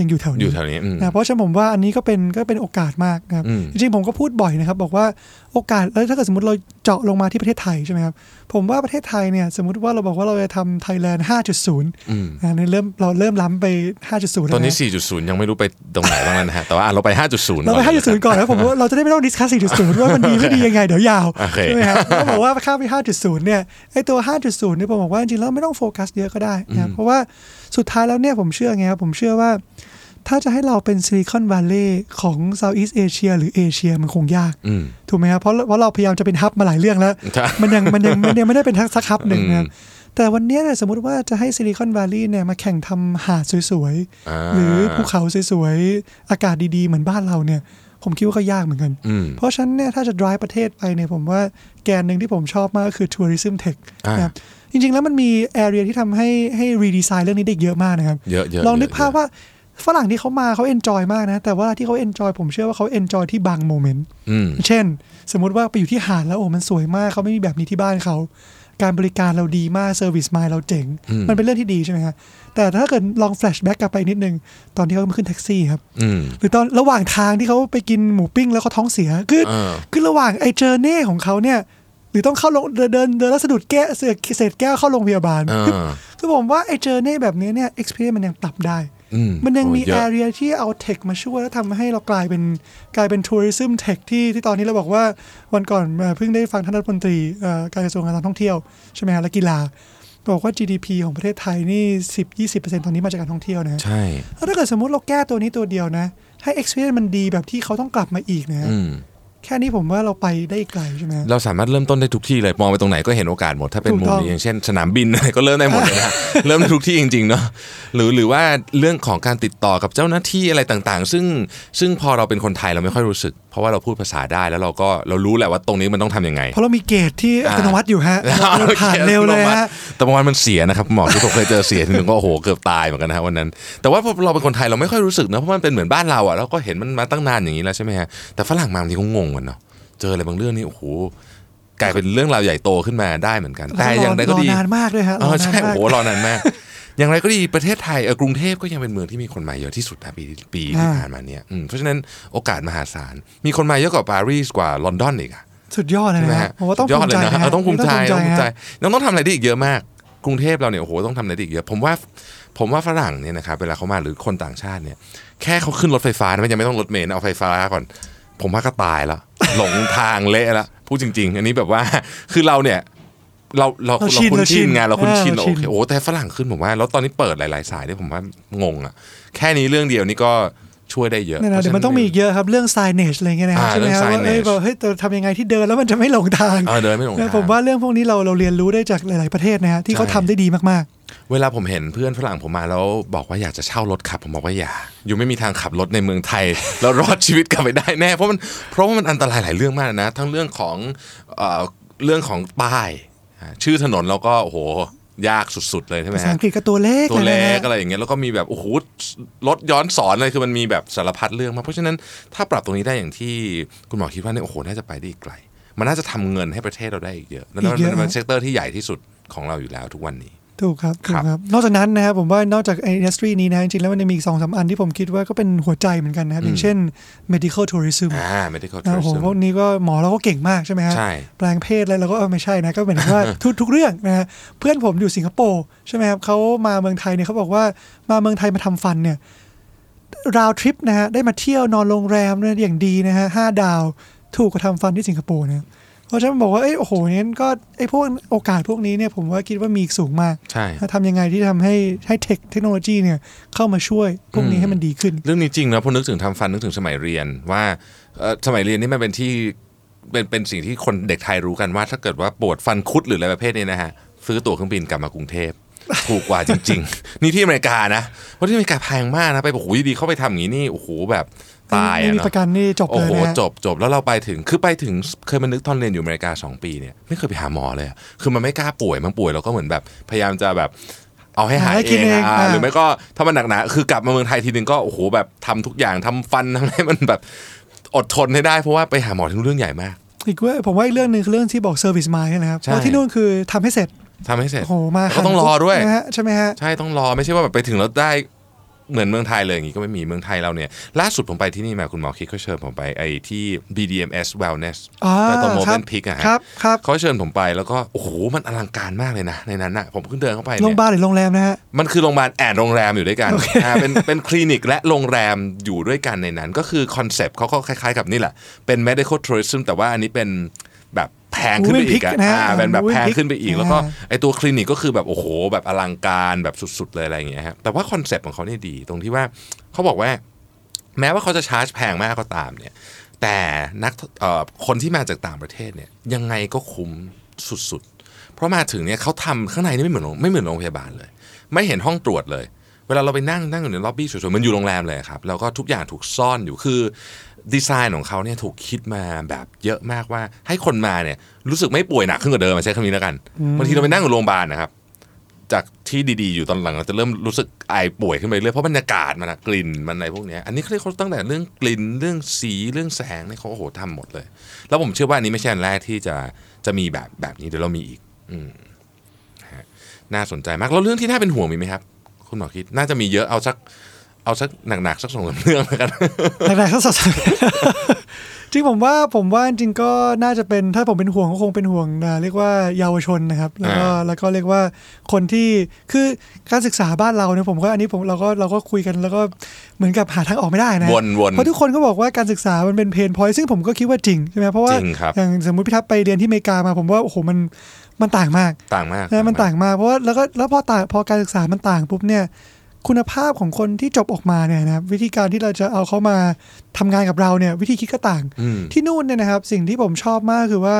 Speaker 3: ยังอยู่แถว
Speaker 2: อยู่
Speaker 3: นี้
Speaker 2: แถวนี้อืม
Speaker 3: นะเพราะฉะนั้นผมว่าอันนี้ก็เป็นก็เป็นโอกาสมากนะครับ
Speaker 2: อืม
Speaker 3: จริงๆผมก็พูดบ่อยนะครับบอกว่าโอกาสแล้วถ้าเกิดสมมติเรา เจาะลงมาที่ประเทศไทยใช่ไหมครับผมว่าประเทศไทยเนี่ยสมมติว่าเราบอกว่าเราจะทำไทยแลนด์5.0
Speaker 2: อืม
Speaker 3: อ่าในเริ่มเราเริ่มล้ำไป 5.0
Speaker 2: ต
Speaker 3: แล้
Speaker 2: อน
Speaker 3: ว
Speaker 2: นี้
Speaker 3: นะ
Speaker 2: 4.0 ยังไม่รู้ไปตรงไหนบ้างแล้วนะฮะแต่ว่าอ่ะเราไป 5.0
Speaker 3: เราไป 5.0 ก่อนแล้วผมว่าเราจะได้ไม่ต้องดิสคัส4.0 ว่ามันดีไม่ดียังไงเดี๋ยวยาว
Speaker 2: โอเค
Speaker 3: ใช่ไหมครับต้องบอกว่าข้ามไป 5.0 เนี่ยไอตัว 5.0 เนี่ยผมบอกว่าจริงๆแล้วไม่ต้องโฟกัสเยอะก็ได้นะครับเพราะว่าสุดท้ายแล้วเนี่ยผมเชื่อไงครับผมเชื่อว่า ถ้าจะให้เราเป็นซิลิคอนวัลเลย์ของเซาท์อีสเอเชียหรือเอเชียมันคงยาก
Speaker 2: อืม
Speaker 3: ถูกไหมครับเพราะเพราะเราพยายามจะเป็นฮับมาหลายเรื่องแล้ว
Speaker 2: ครับ
Speaker 3: มันยังมันยังมันยังไม่ได้เป็นทักสักฮับหนึ่งนะครับแต่วันเนี้ยเนี่ยสมมติว่าจะให้ซิลิคอนว a l ลี y เนี่ยมาแข่งทำหาดสวย
Speaker 2: อ่า
Speaker 3: ๆ หรือภูเขาสวยๆ อากาศดีๆ เหมือนบ้านเราเนี่ย ผมคิดว่าก็ยากเหมือนกัน
Speaker 2: อืม
Speaker 3: เพราะฉะนั้นเนี่ยถ้าจะ drive ประเทศไปเนี่ยผมว่าแกนหนึ่งที่ผมชอบมากก็คือ tourism tech
Speaker 2: อ่าน
Speaker 3: นะครับจริงๆ แล้วมันมี area ที่ทำให้ให้ redesign เรื่องนี้ได้เยอะมากนะครับ
Speaker 2: เยอะเยอะ
Speaker 3: ลองนึกภาพ
Speaker 2: เยอะ
Speaker 3: ว่าฝรั่งที่เขามาเขา enjoy มากนะ แต่ว่าที่เขา enjoy ผมเชื่อว่าเขา enjoy ที่บางโมเมนต์
Speaker 2: อืม
Speaker 3: เช่น สมมติว่าไปอยู่ที่หาดแล้วโอ้มันสวยมากเขาไม่มีแบบนี้ที่บ้านเขา การบริการเราดีมากเซอร์วิสมาเราเจ๋ง
Speaker 2: อืม
Speaker 3: มันเป็นเรื่องที่ดีใช่ไหมฮะแต่ถ้าเกิดลองแฟลชแบ็กกลับไปนิดนึง ตอนที่เขาขึ้นแท็กซี่ครับ
Speaker 2: อืม
Speaker 3: หรือตอนระหว่างทางที่เขาไปกินหมูปิ้งแล้วเขาท้องเสีย คือ
Speaker 2: เออ
Speaker 3: คือระหว่างไอเจอร์เน่ของเขาเนี่ย หรือต้องเข้าลงเดินเดินเดินแล้วสะดุดแก้วเสือกเศษแก้วเข้าโรงพยาบาล
Speaker 2: เอ
Speaker 3: คือ
Speaker 2: อ
Speaker 3: คือผมว่าไอเจอร์เน่แบบนี้เนี่ยเอ็กซ์เพรียมันยังปรับได้
Speaker 2: อื
Speaker 3: มันยังมี
Speaker 2: โอ้เย
Speaker 3: แอ
Speaker 2: อะ
Speaker 3: เรียที่เอาเทคมาช่วยแล้วทำให้เรากลายเป็นกลายเป็นทัวริซึมเทคที่ที่ตอนนี้เราบอกว่าวันก่อนเอ่อเพิ่งได้ฟังท่านรัฐมนตรีเอ่อการกระทรวงการท่องเที่ยวใช่ไหมฮะและกีฬาบอกว่า GDP ของประเทศไทยนี่ 10-20%ตอนนี้มาจากการท่องเที่ยวนะ
Speaker 2: ใช่
Speaker 3: แล้วถ้าเกิดสมมติเราแก้ตัวนี้ตัวเดียวนะ ให้ experience มันดีแบบที่เขาต้องกลับมาอีกนะ
Speaker 2: อืม
Speaker 3: แค่นี้ผมว่าเราไปได้อีกไกลใช่ไหมฮะ
Speaker 2: เราสามารถเริ่มต้นได้ทุกที่เลย มองไปตรงไหนก็เห็นโอกาสหมด ถ้าเป็น
Speaker 3: ถูก
Speaker 2: มุม
Speaker 3: ต้อง
Speaker 2: นี้อย่างเช่น สนามบิน ก็เริ่มได้หมดเลยนะ เริ่มได้ทุกที่จริงๆเนาะหรือหรือว่าเรื่องของการติดต่อกับเจ้าหน้าที่อะไรต่างๆ ซึ่งซึ่งพอเราเป็นคนไทยเราไม่ค่อยรู้สึก เพราะว่าเราพูดภาษาได้แล้วเราก็เรารู้แหละว่าตรงนี้มันต้องทำยังไง
Speaker 3: เพราะเรามีเกตที่อัตโนมัติอยู่ ฮะเราผ่านเร็วเลยฮะ
Speaker 2: แต่บางวันมันเสียนะครับหมอที่ผมเคยเจอเสียทีนึงก็โอ้โหเกือบตายเหมือนกันนะฮะวันนั้น แต่ว่าพอเราเป็นคนไทยเราไม่ค่อยรู้สึกนะเพราะมันเป็นเหมือนบ้านเราอ่ะเราก็เห็นมันมาตั้งนานอย่างนี้แล้วใช่ไหมฮะแต่ฝรั่งมาบางทีเขางงกันเนาะเจออะไรบางเรื่องนี่โอ้โหกลายเป็นเรื่องราวใหญ่โตขึ้นมาได้เหมือนกัน แต่อย่างไรก็ดี
Speaker 3: รอนานมากด้วยฮะ
Speaker 2: เออใช่
Speaker 3: ร
Speaker 2: โอ้
Speaker 3: นานมาก
Speaker 2: โหรอนาน มาก อย่างไรก็ดีประเทศไทยเออกรุงเทพก็ยังเป็นเมืองที่มีคนมาเยอะที่สุดนะปีปีที่
Speaker 3: อ่า
Speaker 2: ผ่านมาเนี่ยอืมเพราะฉะนั้นโอกาสมหาศาลมีคนมาเยอะกว่าปารีสกว่าลอนดอนอีกอะ
Speaker 3: สุดยอดเลย
Speaker 2: ใช่ไหม
Speaker 3: นะฮะ
Speaker 2: ฮะ
Speaker 3: ผมว่าต้อง
Speaker 2: สุดย
Speaker 3: ภู
Speaker 2: อดเล
Speaker 3: มิใจ
Speaker 2: ยนะ
Speaker 3: นะฮะ
Speaker 2: เออต้องภูมิใจต้องภูมิใจ
Speaker 3: ฮะ
Speaker 2: น้องต้องทำอะไรได้อีกเยอะมาก กรุงเทพเราเนี่ยโอ้โหต้องทำอะไรได้อีกเยอะผมว่าผมว่าฝรั่งเนี่ยนะครับเวลาเขามาหรือคนต่างชาติเนี่ย แค่เขาขึ้นรถไฟฟ้านะมันยังไม่ต้องรถเมล์นะเอาไฟฟ้าก่อน ผมว่าก็ตายละหลงทางเละละพูดจริง ๆ อันนี้แบบว่าคือเราเนี่ย เราเรา
Speaker 3: เรา
Speaker 2: เรา
Speaker 3: ชิน
Speaker 2: คุ้น
Speaker 3: เราชิ
Speaker 2: ชิน
Speaker 3: น
Speaker 2: ไงานเราคุ้น
Speaker 3: เออ
Speaker 2: ชิน
Speaker 3: เรา
Speaker 2: โอ
Speaker 3: ชิน
Speaker 2: เคโอ้แต่ฝรั่งขึ้นผมว่า แล้วตอนนี้เปิดหลาย ๆ สายเนี่ยผมว่างงอะแค่นี้เรื่องเดียวนี่ก็ช่วยได้เยอะ
Speaker 3: เนี่ย
Speaker 2: พ
Speaker 3: นะ
Speaker 2: ราะ
Speaker 3: เดี๋
Speaker 2: ฉะ
Speaker 3: ยวมันต้องมีอีกเยอะครับเรื่อง signage อะไรเงี้ยนะฮะ
Speaker 2: อ่า
Speaker 3: ใช่ไหมฮะ
Speaker 2: เรื่อง
Speaker 3: ว่าเอ้ย
Speaker 2: signage
Speaker 3: บอกเฮ้ยเราทำยังไงที่เดินแล้วมันจะไม่หลงทาง
Speaker 2: เออเดินไม่หลง
Speaker 3: นะ
Speaker 2: ทาง
Speaker 3: ผมว่าเรื่องพวกนี้เราเราเรียนรู้ได้จากหลาย ๆประเทศนะฮะที่เขาทำได้ดีมาก
Speaker 2: เวลาผมเห็นเพื่อนฝรั่งผมมาแล้วบอกว่าอยากจะเช่ารถขับผมบอกว่าอย่า อยู่ไม่มีทางขับรถในเมืองไทย แล้วรอดชีวิตกลับไปได้แน่ เพราะมันเพราะว่ามันอันตรายหลายเรื่องมากนะ ทั้งเรื่องของเอ่อเรื่องของป้ายอ่าชื่อถนนแล้วก็โอ้โหยากสุดๆเลยใช่
Speaker 3: ๆ
Speaker 2: ไหม
Speaker 3: ภาษา
Speaker 2: ฮะ
Speaker 3: อังกฤษก็ตัวเล็ก
Speaker 2: ตัว
Speaker 3: เลย
Speaker 2: เล
Speaker 3: นะ
Speaker 2: ข
Speaker 3: ฮะ
Speaker 2: อะไรอย่างเงี้ยแล้วก็มีแบบโอ้โหรถย้อนสอนอะไรคือมันมีแบบสารพัดเรื่องมากเพราะฉะนั้นถ้าปรับตรงนี้ได้อย่างที่คุณหมอคิดว่าเนี่ยโอ้โหน่าจะไปได้อีกไกล มันน่าจะทำเงินให้ประเทศเราได้อีกเยอะแล้วมันเป็นเซกเตอร์ที่ใหญ่ที่สุดของเราอยู่แล้วทุกวันนี้
Speaker 3: ถูกครับถู
Speaker 2: ครั
Speaker 3: ก
Speaker 2: บ
Speaker 3: ครับ นอกจากนั้นนะครับผมว่านอกจากไอ n d u s t r y นี้นะจริงๆแล้วมันยังมีอีกสองสามอันที่ผมคิดว่าก็เป็นหัวใจเหมือนกันนะครับอย่างเช่น medical tourism
Speaker 2: อ่า medical
Speaker 3: นะโอ้โห
Speaker 2: tourism
Speaker 3: พวกนี้ก็หมอเราก็เก่งมากใช่ไหมฮะ
Speaker 2: ใช่
Speaker 3: แปลงเพศอะไรเราก็เออไม่ใช่นะ ก็เหมือนว่า ทุกทุกเรื่องนะฮะเพื่อนผมอยู่สิงคโปร์ใช่ไหมครับเขามาเมืองไทยเนี่ยเขาบอกว่ามาเมืองไทยมาทำฟันเนี่ยราวทริปนะฮะได้มาเที่ยวนอนโรงแรมเนี่ยอย่างดีนะฮะห้าดาวถูกกว่าทำฟันที่สิงคโปร์นะเพราะฉะนั้นบอกว่าเอ้ยโอ้โหงั้นก็ไอ้พวกโอกาสพวกนี้เนี่ยผมว่าคิดว่ามีอีกสูงมาก
Speaker 2: ใช่
Speaker 3: ทำยังไงที่ทำให้ให้เทคเทคโนโลยีเนี่ยเข้ามาช่วยพวกนี้ให้มันดีขึ้น
Speaker 2: เรื่องนี้จริงนะพอนึกถึงทำฟันนึกถึงสมัยเรียนว่าเอ่อสมัยเรียนนี่มันเป็นที่เป็นเป็นสิ่งที่คนเด็กไทยรู้กันว่า ถ้าเกิดว่าปวดฟันคุดหรืออะไรประเภทนี้นะฮะซื้อตั๋วเครื่องบินกลับมากรุงเทพ ถูกกว่าจริง ๆ นี่ที่อเมริกานะเพราะที่อเมริกาแพงมากนะไปบอกโอ้โหดีเข้าไปทำอย่างนี้นี่โอ้โหแบบตาย
Speaker 3: ไม่
Speaker 2: อะ
Speaker 3: มี
Speaker 2: เนาะ
Speaker 3: ประกันนี่จบ
Speaker 2: โอ้
Speaker 3: เลย
Speaker 2: โห
Speaker 3: นะฮะ
Speaker 2: จบจบแล้วเราไปถึงคือไปถึงเคยมานึกตอนเรียนอยู่อเมริกาสองปีเนี่ยไม่เคยไปหาหมอเลยอะคือมันไม่กล้าป่วยมันป่วยเราก็เหมือนแบบพยายามจะแบบเอาให้หาย
Speaker 3: หาให้
Speaker 2: เอ
Speaker 3: กิน
Speaker 2: ง
Speaker 3: เอง
Speaker 2: อะอ่า
Speaker 3: อ่า
Speaker 2: หรือไม่ ก็ถ้ามันหนักหนาคือกลับมาเมืองไทยทีนึงก็โอ้โหแบบทำทุกอย่างทำฟันท ำให้มันแบบอดทนให้ได้เพราะว่าไปหาหมอที่รู้เรื่องใหญ่มาก
Speaker 3: อีกเว่าผมว่าอีกเรื่องหนึ่งคือเรื่องที่บอกเซอร์วิสมาใช่ไหมครับ
Speaker 2: ใช่
Speaker 3: เพราะที่นู่นคือทำให้เสร็จ
Speaker 2: ทำให้เสร็จ
Speaker 3: โอ้โหมา
Speaker 2: แล้วก็ต้องรอด้วย
Speaker 3: นะฮะใช่ไหมฮะ
Speaker 2: ใช่ต้องรอไม่ใช่ว่าแบบไปถึงแล้วได้ เหมือนเมืองไทยเลยอย่างนี้ก็ไม่มีเมืองไทยเราเนี่ย ล่าสุดผมไปที่นี่มาคุณหมอคิดเขาเชิญผมไปไอ้ที่ BDMS Wellness
Speaker 3: อ่า
Speaker 2: แต่ตัวโม
Speaker 3: ค
Speaker 2: เบ
Speaker 3: รับ
Speaker 2: นพิกอะฮะ
Speaker 3: ครับครับ
Speaker 2: เขาเชิญผมไปแล้วก็โอ้โหมันอลังการมากเลยนะ ในนั้นอะผมเพิ่งเดินเข้าไป
Speaker 3: โร
Speaker 2: เนี่ย
Speaker 3: งพยาบาลหรือโรงแรมนะฮะ
Speaker 2: มันคือโรงพยาบาลแอนโรงแรมอยู่ด้วยกันอ่าเป็นเป็นคลินิกและโรงแรมอยู่ด้วยกันในนั้น ก็คือคอนเซปต์เขาก็คล้ายๆกับนี่แหละ เป็น medical tourism แต่ว่าอันนี้เป็นแบบแพงขึ้นไปอีกอะ
Speaker 3: โอ้ยเป็นพลิกนะ
Speaker 2: อ่าเป็นแบบแพงขึ้นไปอีก
Speaker 3: อ่า
Speaker 2: แล้วก็ไอตัวคลินิกก็คือแบบโอ้โห แบบอลังการแบบสุดๆเลยอะไรอย่างเงี้ยครับแต่ว่าคอนเซปต์ของเขาเนี่ยดีตรงที่ว่าเขาบอกว่า แม้ว่าเขาจะชาร์จแพงมากก็ตามเนี่ย แต่นักเอ่อคนที่มาจากต่างประเทศเนี่ยยังไงก็คุ้มสุดๆ เพราะมาถึงเนี่ยเขาทำข้างในนี่ไม่เหมือนโรงไม่เหมือนโรงพยาบาลเลย ไม่เห็นห้องตรวจเลย เวลาเราไปนั่งนั่งอยู่ในล็อบบี้สวยๆมันอยู่โรงแรมเลยครับ แล้วก็ทุกอย่างถูกซ่อนอยู่คือดีไซน์ของเขาเนี่ยถูกคิดมาแบบเยอะมากว่าให้คนมาเนี่ยรู้สึกไม่ป่วยหนักขึ้นกว่าเดิมใช้คำนี้แล้วกันบางทีเราไปนั่งอยู่โรงพยาบาลนะครับ จากที่ดีๆ อยู่ตอนหลังเราจะเริ่มรู้สึกไอายป่วยขึ้นไปเรื่อยเพราะบรรยากาศมันอะกลิ่นมันอะไรพวกเนี้ยอันนี้เขาเรียกเขาตั้งแต่เรื่องกลิ่นเรื่องสีเรื่องแสงเนี่ยเขาโอ้โหทำหมดเลย แล้วผมเชื่อว่าอันนี้ไม่ใช่อันแรกที่จะจะมีแบบแบบนี้เดี๋ยวเรามีอีก อืมฮะน่าสนใจมากแล้วเรื่องที่น่าเป็นห่วงมีไหมครับ คุณหมอคิดน่าจะมีเยอะเอาสักเอาสักหนักๆสักสองสามเรื่องแล้วกัน
Speaker 3: ห นักๆก็สดใส จริงผมว่าผมว่าจริงก็น่าจะเป็นถ้าผมเป็นห่วงก็คงเป็นห่วงอ่าเรียกว่าเยาวชนนะครับ แล้วก็
Speaker 2: อ่า
Speaker 3: แล้วก็เรียกว่าคนที่คือการศึกษาบ้านเราเนี่ยผมก็อันนี้ผมเราก็เราก็คุยกันแล้วก็เหมือนกับหาทางออกไม่ได้นะ
Speaker 2: วนวน
Speaker 3: เพราะทุกคนก็บอกว่าการศึกษามันเป็นเพนพอยซึ่งผมก็คิดว่าจริงใช่ไหมเพราะว่า
Speaker 2: จริงครับ
Speaker 3: อย่างสมมติพี่ทัพไปเรียนที่อเมริกามา ผมว่าโอ้โหมันมันต่างมาก
Speaker 2: ต่างมาก
Speaker 3: นะมันต่างมากเพราะว่าแล้วก็แล้วพอต่างพอการศึกษามันต่างปุ๊บเนี่ยคุณภาพของคนที่จบออกมาเนี่ยนะครับวิธีการที่เราจะเอาเขามาทำงานกับเราเนี่ยวิธีคิดก็ต่าง
Speaker 2: อืม
Speaker 3: ที่นู่นเนี่ยนะครับสิ่งที่ผมชอบมากคือว่า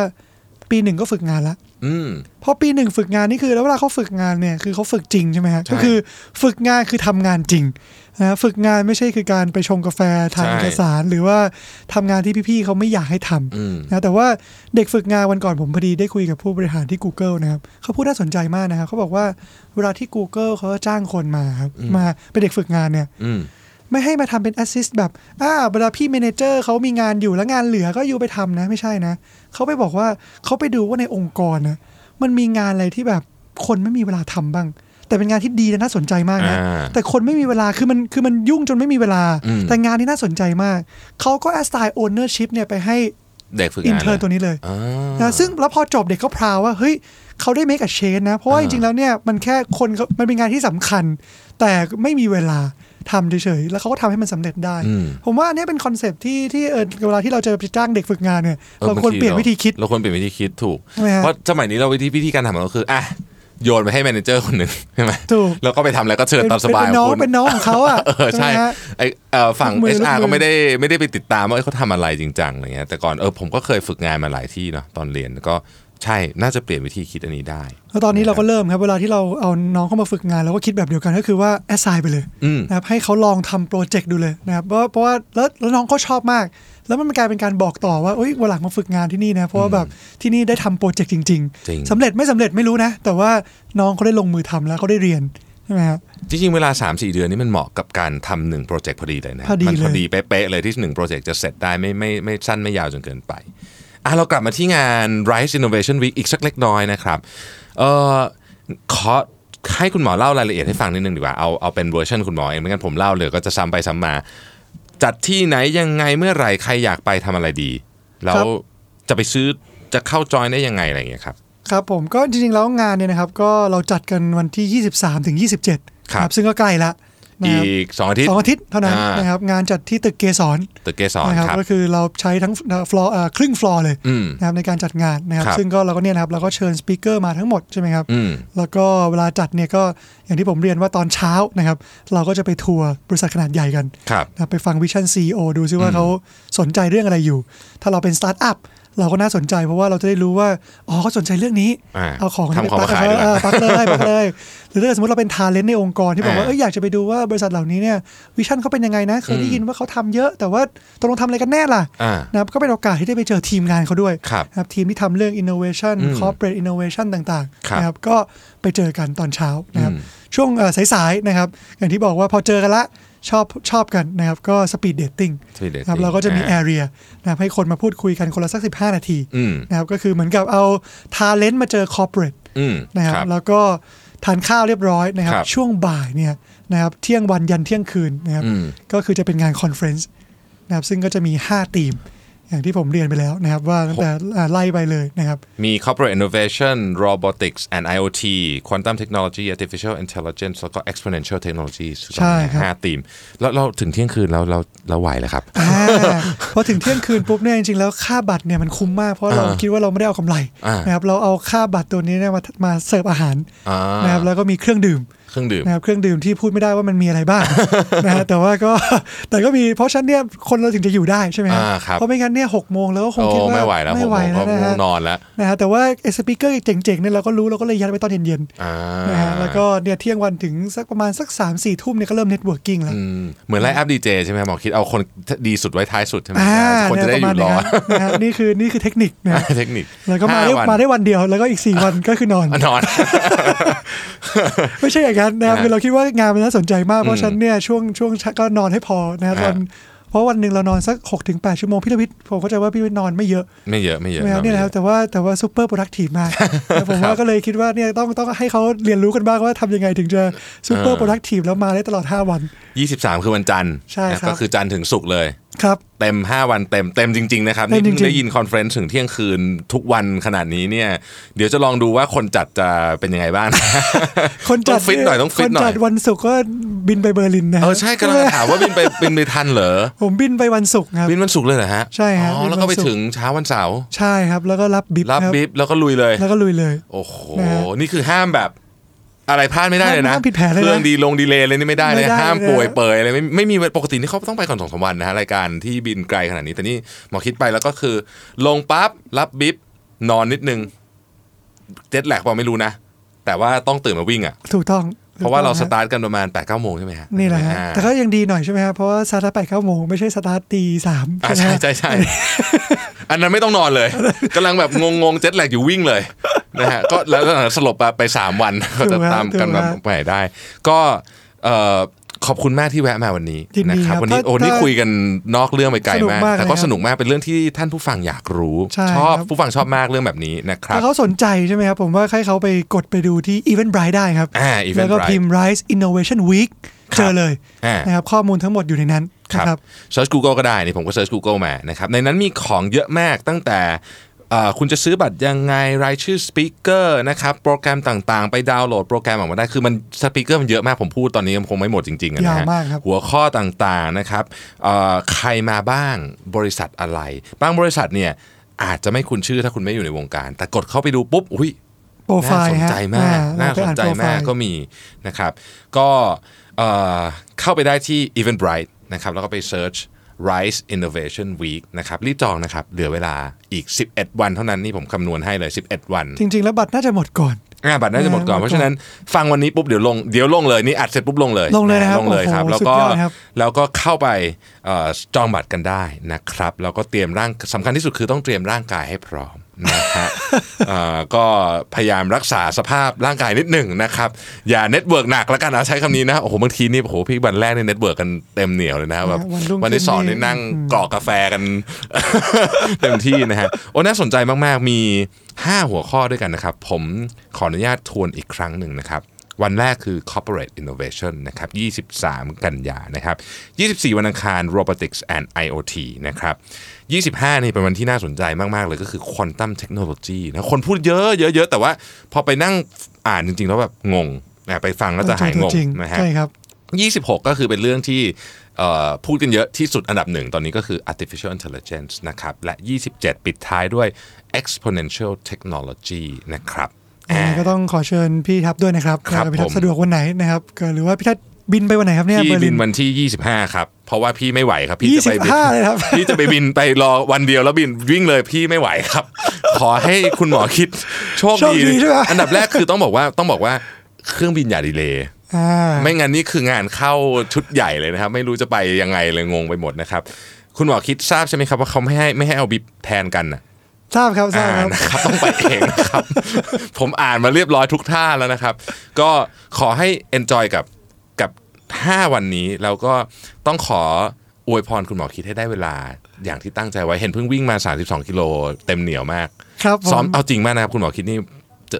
Speaker 3: ปีหนึ่งก็ฝึกงานละ
Speaker 2: อืม
Speaker 3: พอปีหนึ่งฝึกงานนี่คือแล้วเวลาเขาฝึกงานเนี่ยคือเขาฝึกจริงใช่ไหมฮะ
Speaker 2: ใช่
Speaker 3: ก็คือฝึกงานคือทำงานจริงนะฝึกงานไม่ใช่คือการไปชงกาแฟถ่าย
Speaker 2: ใช่
Speaker 3: เอกสาร หรือว่าทำงานที่พี่ๆเขาไม่อยากให้ทำ
Speaker 2: อืม
Speaker 3: นะแต่ว่าเด็กฝึกงานวันก่อนผมพอดีได้คุยกับผู้บริหารที่ Google นะครับเขาพูดน่าสนใจมากนะครับเขาบอกว่าเวลาที่ Google เขาจ้างคนมาครับ
Speaker 2: อืม
Speaker 3: มาเป็นเด็กฝึกงานเนี่ย
Speaker 2: อืม
Speaker 3: ไม่ให้มาทำเป็นแอสซิสต์แบบอ่าเวลาพี่เมเนเจอร์เขามีงานอยู่แล้วงานเหลือก็อยู่ไปทำนะไม่ใช่นะเขาไปบอกว่าเขาไปดูว่าในองค์กรนะมันมีงานอะไรที่แบบคนไม่มีเวลาทำบ้าง แต่เป็นงานที่ดีและน่าสนใจมากนะ
Speaker 2: อ่า
Speaker 3: แต่คนไม่มีเวลาคือมันคือมันยุ่งจนไม่มีเวลา
Speaker 2: อืม
Speaker 3: แต่งานที่น่าสนใจมากเขาก็แอสไตน์โอเนอร์ชิพเนี่ยไปให้
Speaker 2: เด็กฝึก
Speaker 3: อิน
Speaker 2: งาน
Speaker 3: เทอร์ตัวนี้เลย
Speaker 2: อ่า
Speaker 3: นะซึ่งแล้วพอจบเด็กก็พราวว่าเฮ้ยเขาได้ make a change นะ เพราะว่า
Speaker 2: อ่า
Speaker 3: จริงๆแล้วเนี่ยมันแค่คนเขามันเป็นงานที่สำคัญ แต่ไม่มีเวลาทำเฉยๆ แล้วเขาก็ทำให้มันสำเร็จได้
Speaker 2: อืม
Speaker 3: ผมว่าอันเนี้ยเป็นคอนเซปต์ที่ที่เออเวลาที่เราจะไปจ้างเด็กฝึกงานเนี่ย
Speaker 2: ออ
Speaker 3: เราควรเปลี่ยน
Speaker 2: บางที
Speaker 3: วิธีคิด
Speaker 2: เราควรเปลี่ยนวิธีคิดถูก
Speaker 3: ใช่ไหมฮะ
Speaker 2: เพราะสมัยนี้เราวิธีวิธีการทำของเราคืออ่ะโยนไปให้แมเนเจอร์คนหนึ่งใช่ไหม
Speaker 3: ถูก
Speaker 2: แล้วก็ไปทำอะไรก็เชิญ
Speaker 3: เป็น
Speaker 2: ตามสบาย
Speaker 3: เป็น
Speaker 2: ข
Speaker 3: น้
Speaker 2: อ
Speaker 3: อ
Speaker 2: ง
Speaker 3: ง
Speaker 2: คุณ
Speaker 3: เป็นน้องของเขาอ่ะ
Speaker 2: เออใช่
Speaker 3: ไหมฮะ
Speaker 2: ไอเอ่อฝั่ง
Speaker 3: ลูกมือ
Speaker 2: HR
Speaker 3: ลูกมือ
Speaker 2: ก็ไม่ได้ไม่ได้ไปติดตามว่าเอ้ยเขาทำอะไรจริงจังอะไรเงี้ยแต่ก่อนเออผมก็เคยฝึกงานมาหลายที่เนาะตอนเรียนก็ใช่น่าจะเปลี่ยนวิธีคิดอันนี้ได้
Speaker 3: แล้วตอนนี้เราก็เริ่มครับเวลาที่เราเอาน้องเข้ามาฝึกงานเราก็คิดแบบเดียวกันก็คือว่าแอสไซน์ไปเลย
Speaker 2: อืม
Speaker 3: นะครับให้เขาลองทำโปรเจกต์ดูเลยนะครับเพราะเพราะว่าแล้วแล้วน้องเขาชอบมาก แล้วมันกลายเป็นการบอกต่อว่าเอ้ยวันหลังมาฝึกงานที่นี่นะเพราะว่าแบบที่นี่ได้ทำโปรเจกต์จริง
Speaker 2: จริง
Speaker 3: สำเร็จไม่สำเร็จไม่รู้นะ แต่ว่าน้องเขาได้ลงมือทำแล้วเขาได้เรียนใช่ไหมครับ
Speaker 2: จริงๆ เวลา 3-4 เดือนนี้มันเหมาะกับการทำหนึ่งโปรเจกต์พอดีเลยนะ
Speaker 3: พอดี
Speaker 2: มัพอ
Speaker 3: เลย
Speaker 2: ดีเป๊ะๆเลยที่หนึ่งโปรเจกต์จะเสร็จได้ไม่ไม่ไม่ไม่สั้นไม่ยาวจนเกินไปอ่ะเรากลับมาที่งาน Rise Innovation Week อีกสักเล็กน้อยนะครับเอ่อขอให้คุณหมอเล่ารายละเอียดให้ฟังนิดนึงดีกว่าเอาเอาเป็นเวอร์ชันคุณหมอเองไม่งั้นผมเล่าเลยก็จะซ้ำไปซ้ำมา จัดที่ไหนยังไงเมื่อไหร่ใครอยากไปทำอะไรดี แล้
Speaker 3: ครั
Speaker 2: ว
Speaker 3: บ
Speaker 2: จะไปซื้อจะเข้าจอยได้ยังไงอะไรอย่างเงี้ยครับ
Speaker 3: ครับผมก็จริงๆแล้วงานเนี่ยนะครับก็เราจัดกันวันที่ 23ถึง27
Speaker 2: ครับ
Speaker 3: ซึ่งก็ใกล้ละนะ
Speaker 2: อี
Speaker 3: ครับ
Speaker 2: กสองอาทิต
Speaker 3: ส
Speaker 2: ย์
Speaker 3: องอาทิตย์เท่านั้น
Speaker 2: อ่าน
Speaker 3: นะครับงานจัดที่ตึกเกสร
Speaker 2: ตึกเกสร
Speaker 3: นะครับ
Speaker 2: ครับ
Speaker 3: ก็คือเราใช้ทั้งฟลอร์ครึ่งฟลอร์เลย
Speaker 2: อืม
Speaker 3: นะครับในการจัดงานนะครับ
Speaker 2: ครับ
Speaker 3: ซึ่งก็เราก็เนี่ยนะครับเราก็เชิญสปีกเกอร์มาทั้งหมดใช่ไหมครับ
Speaker 2: อืม
Speaker 3: แล้วก็เวลาจัดเนี่ยก็อย่างที่ผมเรียนว่าตอนเช้านะครับเราก็จะไปทัวร์บริษัทขนาดใหญ่กัน
Speaker 2: ครับ
Speaker 3: นะครับไปฟังวิชั่น CEO ดูซิว่าเขาสนใจเรื่องอะไรอยู่ ถ้าเราเป็นสตาร์ทอัพเราก็น่าสนใจเพราะว่าเราจะได้รู้ว่าอ๋อเขาสนใจเรื่องนี้
Speaker 2: อ่า
Speaker 3: เอาของ
Speaker 2: ทำของมา
Speaker 3: ไป
Speaker 2: ขายดีกว่า
Speaker 3: เออปักเลยปักเลย หรือถ้าสมมติเราเป็นทาเลนต์ในองค์กรที่บอกว่า
Speaker 2: อ่า
Speaker 3: เอ้ยอยากจะไปดูว่าบริษัทเหล่านี้เนี่ยวิชั่นเขาเป็นยังไงนะเคยได้ยินว่าเขาทำเยอะ แต่ว่าตกลงทำอะไรกันแน่ล่ะ
Speaker 2: อ่า
Speaker 3: นะครับก็เป็นโอกาสที่ได้ไปเจอทีมงานเขาด้วย
Speaker 2: ครับ
Speaker 3: นะครับทีมที่ทำเรื่อง innovation
Speaker 2: อืม
Speaker 3: corporate innovation ต่าง
Speaker 2: ครับ
Speaker 3: ๆนะครับก็ไปเจอกันตอนเช้านะครับ
Speaker 2: อืม
Speaker 3: ช่วงเอ่อสายๆนะครับอย่างที่บอกว่าพอเจอกันละชอบชอบกันนะครับก็ speed dating
Speaker 2: 3D
Speaker 3: นะครับเราก็จะมี
Speaker 2: อ่
Speaker 3: area นะครับให้คนมาพูดคุยกันคนละสัก 15 นาที
Speaker 2: อืม
Speaker 3: นะครับก็คือเหมือนกับเอา talent มาเจอ corporate
Speaker 2: อืม
Speaker 3: นะครับ แล้วก็ ทานข้าวเรียบร้อยนะครับ
Speaker 2: ครับ
Speaker 3: ช่วงบ่ายเนี่ยนะครับเที่ยงวันยันเที่ยงคืนนะครับ
Speaker 2: อืม
Speaker 3: ก็คือจะเป็นงานคอนเฟรนซ์นะครับซึ่งก็จะมี 5 ทีม อย่างที่ผมเรียนไปแล้วนะครับ ว่าตั้งแต่อ่าไล่ไปเลยนะครับ
Speaker 2: มี corporate innovation robotics and IoT quantum technology artificial intelligence แล้วก็ exponential technology
Speaker 3: ใช่ครับ
Speaker 2: ห้าธีม แล้วเราถึงเที่ยงคืนเราเราเราไหวแล้วครับ
Speaker 3: อ่า พอถึงเที่ยงคืนปุ๊บเนี่ยจริงๆแล้วค่าบัตรเนี่ยมันคุ้มมาก เพราะเรา
Speaker 2: อ่า
Speaker 3: คิดว่าเราไม่ได้เอากำไร
Speaker 2: อ่าน
Speaker 3: นะครับเราเอาค่าบัตรตัวนี้เนี่ยมามาเสิร์ฟอาหาร
Speaker 2: อ่า
Speaker 3: นะครับแล้วก็มีเครื่องดื่ม
Speaker 2: เครื่องดื่ม
Speaker 3: นะครับเครื่องดื่มที่พูดไม่ได้ว่ามันมีอะไร บ้าง นะฮะแต่ว่าก็ แต่ก็มีเพราะฉะนันเนี่ยคนเราถึงจะอยู่ได้ใช่ไหมฮะ
Speaker 2: อ่าครับ
Speaker 3: เพราะไม่งั้นเนี่ยหกโมงแล้วก็คง
Speaker 2: โอ้
Speaker 3: คิดว่า
Speaker 2: ไม่ไหวแล้วผม
Speaker 3: ไม่ไหว
Speaker 2: ผม
Speaker 3: แล้
Speaker 2: ก็ง่
Speaker 3: วนะ
Speaker 2: ว
Speaker 3: ฮะ
Speaker 2: งนอนแล้ว
Speaker 3: นะฮะแต่ว่าไอ้สปีกเกอร์เจ๋งๆเนี่ยเราก็รู้เราก็เลยยัดไว้ตอนเย็น
Speaker 2: อ่า
Speaker 3: ๆนะฮะแล้วก็เนี่ยเที่ยงวันถึงสักประมาณสัก3ามสี่ทุ่มเนี่ยก็เริ่มเน็ตเวิร์กิ่งแล้ว
Speaker 2: อืมเหมือนไลฟ์อัพดีเจใช่ไหมหมอคิดเอาคนดีสุดไว้ท้ายสุดใช่ไหม
Speaker 3: อ่า
Speaker 2: คนจะได้อยู่รอ
Speaker 3: เนยประมาณอย่างนั้นนะฮะนี่คือนี่คือเทคนิคนะ
Speaker 2: เทคนิค
Speaker 3: แล้วก็มา
Speaker 2: ห้
Speaker 3: ได้
Speaker 2: วัน
Speaker 3: มาได้วันเดียวแล้วก็อีก 4 วันก็คือนอน
Speaker 2: อ่ะนอน
Speaker 3: ไม่ใช่อย่างนั้นนะครับ
Speaker 2: อ่า
Speaker 3: คือเราคิดว่างานมันน่าสนใจมาก เพราะฉะนันเนี่ยช่วงช่วงเช้าก็นอนให้พอนะตอน
Speaker 2: อ่า
Speaker 3: เพราะวันหนึ่งเรานอนสัก 6-8 ชั่วโมงพี่ทวิทย์ผมเข้าใจว่าพี่ทวิทย์นอนไม่เยอะ
Speaker 2: ไม่เยอะไม่เยอะ
Speaker 3: นะครับ
Speaker 2: ไม่
Speaker 3: นี่
Speaker 2: เย
Speaker 3: แห
Speaker 2: อะ
Speaker 3: ละครับแต่ว่าแต่ว่าซูเปอร์โปรดักที มากแต่ผม
Speaker 2: ครั
Speaker 3: ว่า
Speaker 2: บ
Speaker 3: ก็เลยคิดว่าเนี่ยต้องต้องให้เขาเรียนรู้กันบ้างว่าทำยังไงถึงจะซูเปอร์โปรดักทีแล้วมาได้ตลอด 5 วัน
Speaker 2: ยี่สิบสามคือวันจันทร์
Speaker 3: ใช่
Speaker 2: นะครับ ก็คือจันทร์ถึงศุกร์เลย
Speaker 3: ครับ
Speaker 2: เต็ม 5 วันเต็มเต็มจริง ๆ นะครับ
Speaker 3: เต็
Speaker 2: นี่
Speaker 3: มจริ
Speaker 2: เพิ่
Speaker 3: ง
Speaker 2: ง
Speaker 3: ๆ
Speaker 2: ได้ยินคอนเฟรนซ์ถึงเที่ยงคืนทุกวันขนาดนี้เนี่ย เดี๋ยวจะลองดูว่าคนจัดจะเป็นยังไงบ้าง
Speaker 3: คนจัด
Speaker 2: ต้องฟิตหน่อยต้องฟิตหน่อย
Speaker 3: คนจัดวันศุกร์ก็บินไปเบอร์ลิน นะ
Speaker 2: เออใช่กำลังจะถามว่าบินไปบินไปทันเหรอ
Speaker 3: ผมบินไปวันศุกร์ครับ
Speaker 2: บินวันศุกร์เลยเหรอฮะ
Speaker 3: ใช่ฮะ
Speaker 2: อ๋อแล้วก็ไปถึงเช้าวันเสาร์
Speaker 3: ใช่ครับ แล้วก็รับบิ๊บ
Speaker 2: รับ
Speaker 3: ครับ
Speaker 2: ิบแล้วก็ลุยเลย
Speaker 3: แล้วก็ลุยเลย
Speaker 2: โอ้โห
Speaker 3: นะฮะ
Speaker 2: นี่คือห้ามแบบอะไรพลาดไม่ได้เลยนะ
Speaker 3: ห้ามผิดแผนเลยนะ
Speaker 2: รื่องดีลงดีเลย์เลยนี่ไม่ได้เล
Speaker 3: ไม่
Speaker 2: ย
Speaker 3: ได้
Speaker 2: ห้าม
Speaker 3: เลยนะ
Speaker 2: ป่วยเปยอะไรไม่ไม่มีปกตินี่เขาต้องไปก่อนสองสามวันนะฮะรายการที่บินไกลขนาดนี้ แต่นี่หมอคิดไปแล้วก็คือ ลงปั๊บรับบิบนอนนิดนึงเจ็ตแลกเปล่าไม่รู้นะ แต่ว่าต้องตื่นมาวิ่งอ่ะ
Speaker 3: ถูกต้อง
Speaker 2: เพราะว่าเราส
Speaker 3: ถูกองฮ
Speaker 2: ตาร์ทกันประมาณ8ปดเก้าโมงใช่ไหมฮะ
Speaker 3: นี่แหละฮะ
Speaker 2: อ่า
Speaker 3: แต่ก็ยังดีหน่อยใช่ไหมครับเพราะว่าสตาร์ทแปดเก้าโมงไม่ใช่สตาร์ทตีสาม
Speaker 2: อ่า
Speaker 3: ไหม
Speaker 2: ใช่
Speaker 3: ฮะ
Speaker 2: ใช่ใช่ อันนั้นไม่ต้องนอนเลย กำลังแบบงงๆเจ็ตแลกอยู่วิ่งเลยนะ ฮะก็แล้วแล้วสลบไปสามวัน ก็จะตามกันมาไปไหนได้ ก็เอ่อขอบคุณมากที่แวะมาวันนี้
Speaker 3: ยิน
Speaker 2: นะ
Speaker 3: ดี
Speaker 2: ค
Speaker 3: ค
Speaker 2: รั
Speaker 3: รั
Speaker 2: บบวันนี้
Speaker 3: ถ้า
Speaker 2: โอ้นี่
Speaker 3: ถ้า
Speaker 2: คุยกันนอกเรื่องไปไกลมาก
Speaker 3: สนุกมาก
Speaker 2: แต่ก็
Speaker 3: เลยครับ
Speaker 2: สนุกมากเป็นเรื่องที่ท่านผู้ฟังอยากรู้
Speaker 3: ใช่
Speaker 2: ชอบ
Speaker 3: ครับ
Speaker 2: ผู้ฟังชอบมากเรื่องแบบนี้นะครับ
Speaker 3: ถ้าเขาสนใจใช่ไหมครับ ผมว่าให้เขาไปกดไปดูที่ Event Bright ได้ครับ
Speaker 2: อ่าอีเว
Speaker 3: แล้
Speaker 2: น
Speaker 3: ว
Speaker 2: ต์
Speaker 3: ก็
Speaker 2: ไร
Speaker 3: พิมพ์ Rise Innovation Week
Speaker 2: ครับ
Speaker 3: เจอเลย
Speaker 2: อ่าน
Speaker 3: นะครับข้อมูลทั้งหมดอยู่ในนั้น
Speaker 2: ครั
Speaker 3: นะครับ
Speaker 2: บ Search Google ก็ได้นี่ผมก็ Search Google มานะครับ ในนั้นมีของเยอะมากตั้งแต่เอ่อคุณจะซื้อบัตรยังไง รายชื่อสปีกเกอร์นะครับ โปรแกรมต่างๆ ไปดาวน์โหลดโปรแกรมออกมาได้ คือมันสปีกเกอร์มันเยอะมาก ผมพูดตอนนี้มันคงไม่หมดจริงๆอะนะ
Speaker 3: ยาว
Speaker 2: ฮะ
Speaker 3: มากครับ
Speaker 2: หัวข้อต่างๆนะครับเอ่อใครมาบ้างบริษัทอะไร บางบริษัทเนี่ยอาจจะไม่คุ้นชื่อถ้าคุณไม่อยู่ในวงการ แต่กดเข้าไปดูปุ๊บอุ้ย
Speaker 3: โปรไฟล์
Speaker 2: น่าสน
Speaker 3: ฮะ
Speaker 2: ใจมาก
Speaker 3: อ่
Speaker 2: น่า
Speaker 3: ไป
Speaker 2: สน
Speaker 3: อ่
Speaker 2: ใจ
Speaker 3: โปรไฟ
Speaker 2: มาก
Speaker 3: ล์
Speaker 2: ก็มีนะครับ ก็เอ่อเข้าไปได้ที่ Eventbrite นะครับ แล้วก็ไป search Rise Innovation Week นะครับ รีบจองนะครับ เหลือเวลาอีก 11 วันเท่านั้น นี่ผมคำนวณให้เลย 11 วัน
Speaker 3: จริง ๆ แล้วบัตรน่าจะหมดก่อน
Speaker 2: อ่าบัตรน่าจะหมดก่อน
Speaker 3: หมดก่อน
Speaker 2: เพราะฉะนั้นฟังวันนี้ปุ๊บ เดี๋ยวลงเดี๋ยวลงเลย นี่อัดเสร็จปุ๊บลงเลย
Speaker 3: ลงเลยนะครับ
Speaker 2: ลงเลยครับ
Speaker 3: โอ้โห
Speaker 2: แล้ว
Speaker 3: สุ
Speaker 2: ก็
Speaker 3: ดยอดครับ
Speaker 2: แล้วก็เข้าไปเอ่อจองบัตรกันได้นะครับ แล้วก็เตรียมร่างสำคัญที่สุดคือต้องเตรียมร่างกายให้พร้อมนะฮะ เอ่อก็พยายามรักษาสภาพร่างกายนิดหนึ่งนะครับ อย่าเน็ตเวิร์กหนักแล้วกันนะใช้คำนี้นะ โอ้โหบางทีนี่โอ้โหพี่วันแรกนี่เน็ตเวิร์กกันเต็มเหนียวเลยนะแบบ
Speaker 3: วันรุ่งขึ้น
Speaker 2: วันที่สอง
Speaker 3: นี่
Speaker 2: นี่นั่งกรอกกาแฟกัน เต็มที่นะฮะ โอ้น่าสนใจมากๆมี 5 หัวข้อด้วยกันนะครับ ผมขออนุญาตทวนอีกครั้งหนึ่งนะครับ วันแรกคือ corporate innovation นะครับ 23 กันยานะครับ 24 วันอังคาร robotics and IoT นะครับ 25 นี่เป็นวันที่น่าสนใจมาก ๆ เลยก็คือ quantum technology นะคนพูดเยอะเยอะเยอะแต่ว่าพอไปนั่งอ่านจริง ๆ แล้วแบบงงนะไปฟังแล้วจะหายงง
Speaker 3: จริง
Speaker 2: นะ
Speaker 3: ๆ
Speaker 2: ฮะ
Speaker 3: ใช่ครับ
Speaker 2: 26 ก็คือเป็นเรื่องที่เอ่อพูดกันเยอะที่สุดอันดับหนึ่งตอนนี้ก็คือ artificial intelligence นะครับ และ 27 ปิดท้ายด้วย exponential technology นะครับ
Speaker 3: ยังไง
Speaker 2: อ่า
Speaker 3: ก็ต้องขอเชิญพี่ทับด้วยนะครับ
Speaker 2: ครับ
Speaker 3: เออพี่ทั
Speaker 2: ผม
Speaker 3: บสะดวกวันไหนนะครับก็หรือว่าพี่ทับบินไปวันไหนครับเนี่ย
Speaker 2: พี่
Speaker 3: เบอร์
Speaker 2: บิ
Speaker 3: ลิ
Speaker 2: น
Speaker 3: น
Speaker 2: วันที่ 25 ครับ เพราะว่าพี่ไม่ไหวครับ พี่
Speaker 3: ยี่
Speaker 2: จะ
Speaker 3: สิ
Speaker 2: ไป
Speaker 3: บ
Speaker 2: บิน
Speaker 3: ห้าเลยครับ
Speaker 2: พี่จะไปบินไปรอวันเดียวแล้วบินวิ่งเลยพี่ไม่ไหวครับ ขอให้คุณหมอคิดโชค
Speaker 3: โชค
Speaker 2: ดี
Speaker 3: ดีใช่ไหม
Speaker 2: อันดับแรกคือต้องบอกว่าต้องบอกว่าเครื่องบินอย่าดีเลย์
Speaker 3: อ่า
Speaker 2: ไม่งั้นนี่คืองานเข้าชุดใหญ่เลยนะครับ ไม่รู้จะไปยังไงเลยงงไปหมดนะครับ คุณหมอคิดทราบใช่ไหมครับว่าเขาไม่ให้ไม่ให้เอาบิบแทนกันนะ
Speaker 3: ทราบครับทราบ
Speaker 2: อ่า
Speaker 3: ค
Speaker 2: นะครั
Speaker 3: รับ
Speaker 2: บต้องไปเองนะครับ ผมอ่านมาเรียบร้อยทุกท่าแล้วนะครับ ก็ขอให้ enjoy กับกับ 5 วันนี้ แล้วก็ต้องขออวยพรคุณหมอคิดให้ได้เวลา อย่างที่ตั้งใจไว้เห็นเพิ่งวิ่งมา 32 กิโลเต็มเหนียวมาก
Speaker 3: ครับผม
Speaker 2: ซ้อมเอาจริงมากนะครับคุณหมอคิดนี่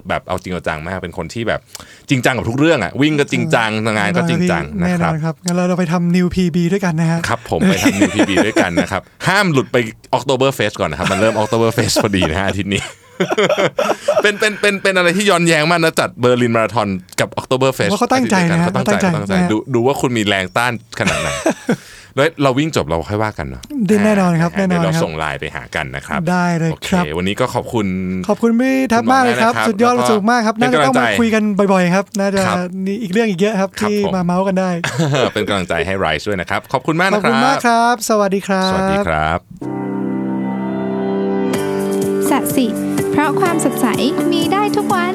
Speaker 2: แบบเอาจริงเอาจังมากเป็นคนที่แบบจริงจังกับทุกเรื่องอ่ะวิ่งก็จริงจังทำงานก็จริงจังนะ
Speaker 3: แน่
Speaker 2: คนรั
Speaker 3: อบ นครับงั้นเราเราไปทำนิวพีบีด้วยกันนะฮะ
Speaker 2: ครับผมไปทำ New PB ด้วยกันนะครับ ห้ามหลุดไป October Fest ก่อนนะครับ มันเริ่ม October Fest พอดีนะฮะอาทิตย์นี้ เป็นเป็นเป็นเป็นอะไรที่ย้อนแย้งมากนะจัดเบอร์ลินมาราธอนกับ October Fest
Speaker 3: ว่าเขาตั้งใจนะ
Speaker 2: เขาตั้งใจเขาตั้งใจ
Speaker 3: เขาตั้งใจ
Speaker 2: ดูดูว่าคุณมีแรงต้านขนาด ไหน แล้วเราวิ่งจบเราค่อยว่ากันเนาะ
Speaker 3: แน่นอนครับแน่นอ
Speaker 2: เดี๋ย
Speaker 3: น
Speaker 2: วเรา
Speaker 3: ครับ
Speaker 2: ส่งไลน์ไปหากันนะครับ
Speaker 3: ได้เลย
Speaker 2: โอเค
Speaker 3: ครับ
Speaker 2: วันนี้ก็ขอบคุณ
Speaker 3: ขอบคุณพี่แท็บมากเลยครับ
Speaker 2: คุณหมอแน่นะครับ
Speaker 3: สุดยอด
Speaker 2: แล้วก็
Speaker 3: สุดมากครับ น่าจะต้อ
Speaker 2: เป็น
Speaker 3: งมา
Speaker 2: กำลังใจ
Speaker 3: คุยกันบ่อยๆ ครับ น่าจะ
Speaker 2: ครับ
Speaker 3: มีอีกเรื่องอีกเยอะครับ
Speaker 2: ครับ
Speaker 3: ที่
Speaker 2: ผม
Speaker 3: มาเมาส์กันได้
Speaker 2: เป็นกำลังใจให้ไรซ์ด้วยนะครับ ขอบคุณมาก
Speaker 3: ขอ
Speaker 2: นะ
Speaker 3: บ
Speaker 2: ค
Speaker 3: คุณ
Speaker 2: รั
Speaker 3: มาก
Speaker 2: บ
Speaker 3: ครับ สวัสดีครับ
Speaker 2: สวัสดีครับ
Speaker 4: สัสิ เพราะความสดใสมีได้ทุกวัน